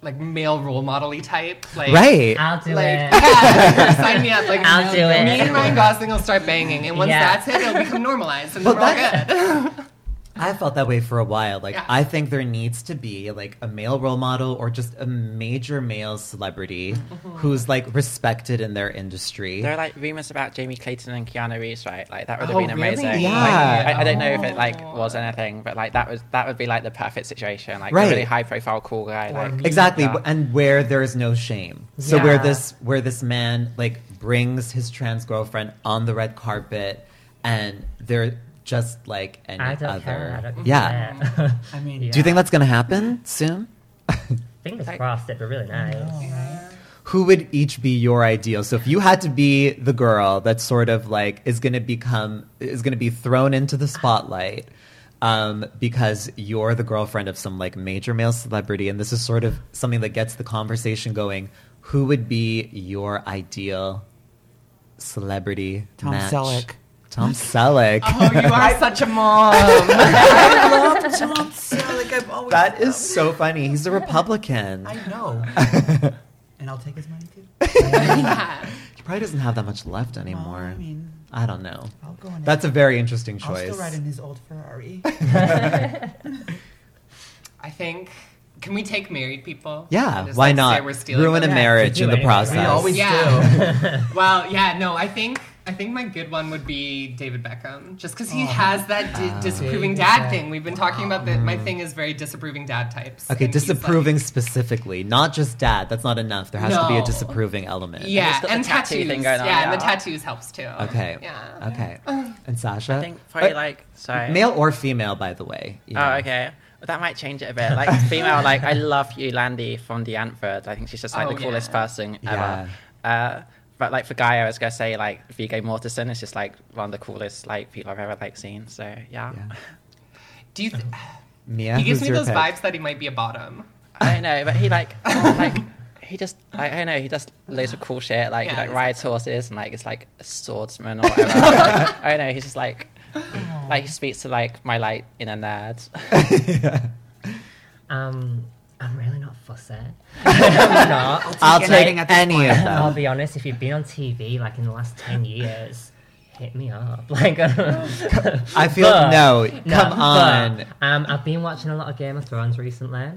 E: like male role model-y type. Like
A: right
C: I'll do
E: Like
C: it.
E: yeah, sign me up. Like
C: I'll do it.
E: Me and Ryan Gosling will start banging, and once
C: Yeah.
E: that's hit, it'll become normalized, and
A: Well,
E: then we're all
A: that's-
E: good.
A: I felt that way for a while. Like
E: Yeah.
A: I think there needs to be like a male role model or just a major male celebrity
C: Mm-hmm.
A: who's like respected in their industry.
B: There are like rumors about Jamie Clayton and Keanu Reeves, right? Like that would have
E: Oh,
B: been amazing.
E: really?
A: Yeah.
B: Like, I, I don't know if it like
E: Oh.
B: was anything, but like that was that would be like the perfect situation. Like
A: Right.
B: a really high profile, cool guy.
E: Or
B: Like
A: exactly, Uh,
B: Yeah.
A: and where there is no shame. So where
C: Yeah.
A: this where this man like brings his trans girlfriend on the red carpet, and they're just like any
C: I don't
A: other.
C: care. I don't
A: yeah.
C: care.
D: I mean,
C: Yeah.
A: Do you think that's gonna happen soon?
C: Fingers crossed, it'd be really nice.
A: who would each be your ideal? So if you had to be the girl that sort of like is going to become is going to be thrown into the spotlight um, because you're the girlfriend of some like major male celebrity, and this is sort of something that gets the conversation going. Who would be your ideal celebrity?
D: Tom
A: match?
D: Selleck.
A: Tom Selleck.
E: Oh, you are such a mom.
D: I love Tom Selleck. I've always
A: that is so funny. He's a Republican.
D: I know. and I'll take his money too.
A: He probably doesn't have that much left
D: Well,
A: anymore.
D: I mean,
A: I don't know.
D: I'll go in.
A: That's a very interesting
D: I'll
A: choice.
D: still ride in his old Ferrari.
E: I think. Can we take married people?
A: Yeah,
E: And just,
A: why
E: like, say
A: not
E: we're stealing
A: ruin a
E: them?
A: marriage
C: do
A: in the
C: anything, right?
A: process?
D: We always
E: Yeah. well, yeah, no, I think I think my good one would be David Beckham, just because he has that di- disapproving dad thing. We've been talking about that. My thing is very disapproving dad types.
A: okay,
E: and he's, like-
A: disapproving specifically, not just dad. That's not enough. There has to be a
E: No.
A: disapproving element.
E: yeah,
B: It's got the
E: and
B: tattoo
E: tattoos.
B: thing going on,
E: yeah, and the
B: yeah.
E: tattoos helps too.
A: Okay.
E: Yeah.
A: Okay. And Sasha,
B: I think probably
A: Uh,
B: like sorry.
A: male or female, by the way. you know.
B: Oh, okay. Well, that might change it a bit. Like female, like I love you, Landy from The Antford. I think she's just like
E: Oh,
B: the coolest
E: yeah.
B: person ever. Uh, but like for guy, I was gonna say like Viggo Mortensen is just like one of the coolest like people I've ever like seen. So yeah,
A: Yeah.
E: Do you? Th-
A: Mia,
E: he gives
A: who's
E: me
A: your
E: those
A: pick?
E: vibes that he might be a bottom.
B: I don't know, but he like like he just I, I don't know he does loads of cool shit. Like
E: Yeah,
B: he like
E: he's-
B: rides horses and like is like a swordsman or whatever. I don't know. He's just like like he speaks to like my like inner nerd.
C: Um, I'm really not fussy. I'm not.
A: I'll
D: take
A: take
D: anything at this
A: any of
C: I'll
A: them.
C: be honest, if you've been on TV like in the last 10 years, hit me up. Like,
A: I feel
C: But-
A: no. Come
C: No, but,
A: on.
C: um, I've been watching a lot of Game of Thrones recently.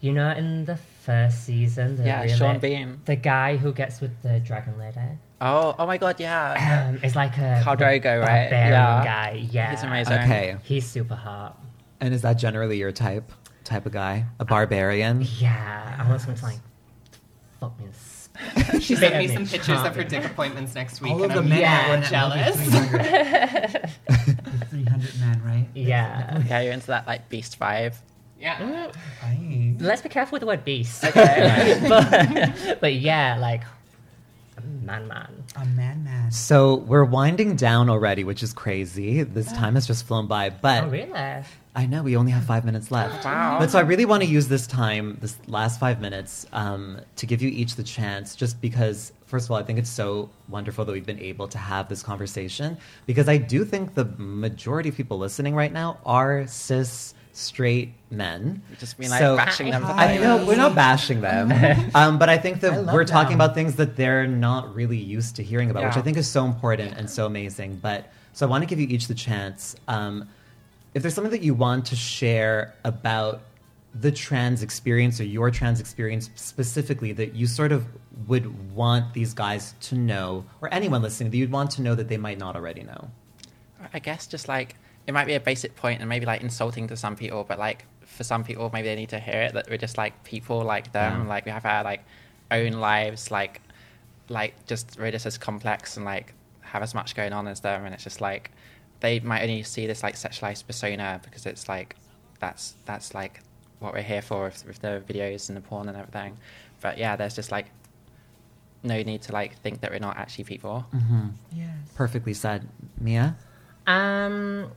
C: You know, in the first season, the
B: Yeah,
C: remake-
B: Sean Bean.
C: the guy who gets with the dragon lady,
B: Oh, oh my god, yeah.
C: um, is like a
B: Khal Drogo, right?
C: barbarian
B: Yeah.
C: guy. Yeah,
B: He's amazing.
A: Okay.
C: He's super hot.
A: And is that generally your type? Type of guy? A barbarian?
C: Yeah, I want someone to like fuck me. in the sp-
E: She
C: Bit
E: sent me
C: of
E: some
C: me.
E: pictures of her dick appointments next week,
D: All
E: and
D: of the
E: I'm
D: men
C: yeah,
D: are
E: yeah,
D: in that movie,
E: jealous.
D: 300. The 300 men, right?
C: Yeah.
B: Yeah, you're into that like beast vibe.
E: yeah.
D: Aye.
C: Let's be careful with the word beast.
B: Okay.
C: but, but yeah, like a man, man.
D: A man, man.
A: So we're winding down already, which is crazy. This time has just flown by. But
C: Oh really?
A: I know we only have five minutes left.
B: Wow.
A: But so I really want to use this time, this last five minutes, um, to give you each the chance, just because, first of all, I think it's so wonderful that we've been able to have this conversation, because I do think the majority of people listening right now are cis, straight men.
B: Just been like
A: So-
B: bashing them. to
A: I
B: death.
A: know we're not bashing them, um, but I think that
D: I love
A: we're talking
D: them.
A: about things that they're not really used to hearing about, which
B: Yeah.
A: I think is so important and so amazing. But so I want to give you each the chance. Um, if there's something that you want to share about the trans experience or your trans experience specifically that you sort of would want these guys to know, or anyone listening that you'd want to know that they might not already know.
B: I guess just like it might be a basic point and maybe like insulting to some people, but like for some people maybe they need to hear it that we're just like people like them,
A: Yeah.
B: like we have our like own lives, like like just we're just as complex and like have as much going on as them, and it's just like they might only see this like sexualized persona because it's like that's that's like what we're here for with, with the videos and the porn and everything. But yeah, there's just like no need to like think that we're not actually people.
D: Yes.
A: Perfectly said, Mia.
C: Um.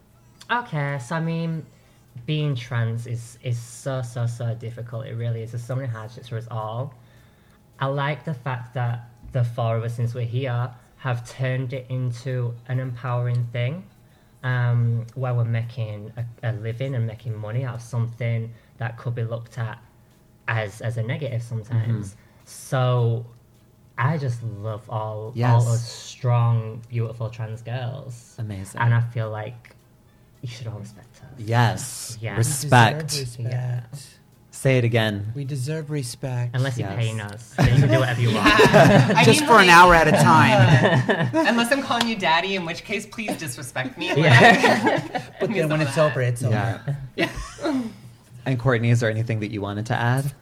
C: Okay. So I mean, being trans is is so so so difficult. It really is. There's so many hardships for us all. I like the fact that the four of us, since we're here, have turned it into an empowering thing, um, where we're making a, a living and making money out of something that could be looked at as as a negative sometimes. So. I just love all
A: Yes.
C: all us strong, beautiful trans girls.
A: Amazing.
C: And I feel like you should all respect us.
A: Yes.
C: Yeah.
D: We
A: Respect.
D: deserve respect.
A: Say it again.
D: We deserve respect.
C: Unless you're
A: Yes.
C: paying us, then you can do whatever you want.
E: I
D: Just
E: mean,
D: for an
E: like, uh,
D: hour at a time.
E: Unless I'm calling you daddy, in which case, please disrespect me.
D: But then when it's
E: that.
D: over, it's over.
A: Yeah. and Courtney, is there anything that you wanted to add?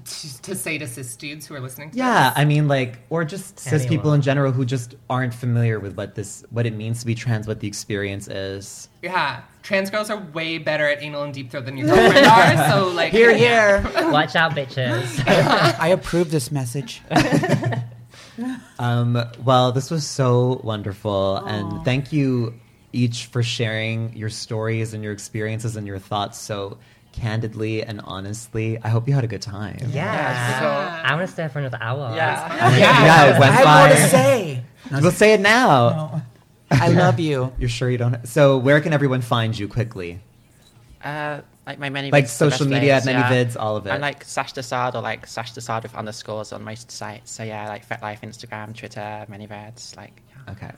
E: to, to say to cis dudes who are listening to
A: Yeah, I mean, like, or just cis
C: Anyone.
A: people in general who just aren't familiar with what this, what it means to be trans, what the experience is.
E: this. Yeah. Trans girls are way better at anal and deep throat than your girlfriend are. So, like,
D: Here, here.
C: Watch out, bitches.
D: I approve this message.
A: Um, well, this was so wonderful, and thank you each for sharing your stories and your experiences and your thoughts so candidly and honestly. I hope you had a good time.
C: Yeah.
E: Yeah.
C: I want to stay for another hour.
B: Yeah.
E: Yeah.
A: yeah, it went
D: I want to
A: by.
D: say,
A: We'll say it now.
D: no, I love you.
A: You're sure you don't? So, where can everyone find you quickly?
B: Uh, like my many
A: Like
B: vids are the
A: social
B: best
A: media,
B: place,
A: many
B: yeah.
A: vids, all of it.
B: I'm like Sash Desard or like Sash Desard with underscores on most sites. So yeah, like FetLife, Instagram, Twitter, many vids. Like yeah.
A: okay.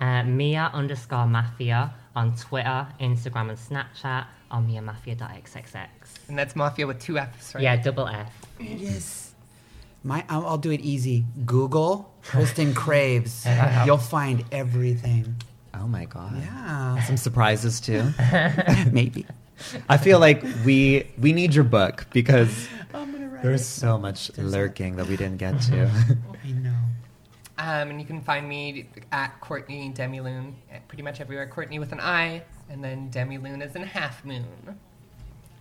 C: Uh, Mia underscore Mafia on Twitter, Instagram, and Snapchat on MiaMafia.xxx.
E: And that's mafia with two F's, right?
C: Yeah, double F.
D: Yes. My, I'll, I'll do it easy. Google Kristen Craves. You'll find everything.
A: Oh my god.
D: Yeah,
A: Some surprises too.
D: maybe.
A: I feel like we we need your book because
D: I'm gonna write
A: there's so much lurking that we didn't get to.
D: I know.
E: Um, and you can find me at Courtney Demiloon, at pretty much everywhere. Courtney with an I, and then Demiloon is in half moon.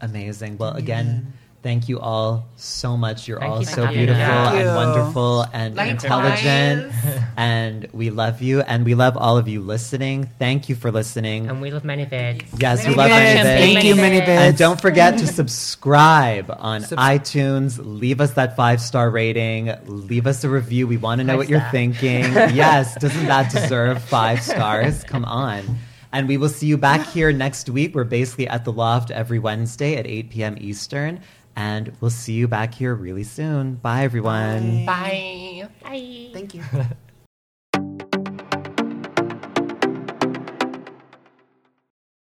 A: Amazing. Well, again, thank you all so much. You're
C: Thank
A: all
C: you for
A: so
C: having
A: beautiful
B: us.
D: Thank
A: and
D: you.
A: wonderful and
E: Likewise.
A: intelligent, and we love you, and we love all of you listening. Thank you for listening.
C: And we love many vids.
A: yes, we
D: Many
A: love
D: vids.
A: many vids.
D: Thank you, many
C: Many
A: And
D: vids.
A: don't forget to subscribe on
D: Subs-
A: iTunes. Leave us that five star rating. Leave us a review. We want to know
C: Five
A: what you're
C: star.
A: thinking. yes, doesn't that deserve five stars? Come on. And we will see you back here next week. We're basically at the loft every Wednesday at 8 p.m. Eastern. And we'll see you back here really soon. Bye, everyone.
E: Bye.
D: Thank you.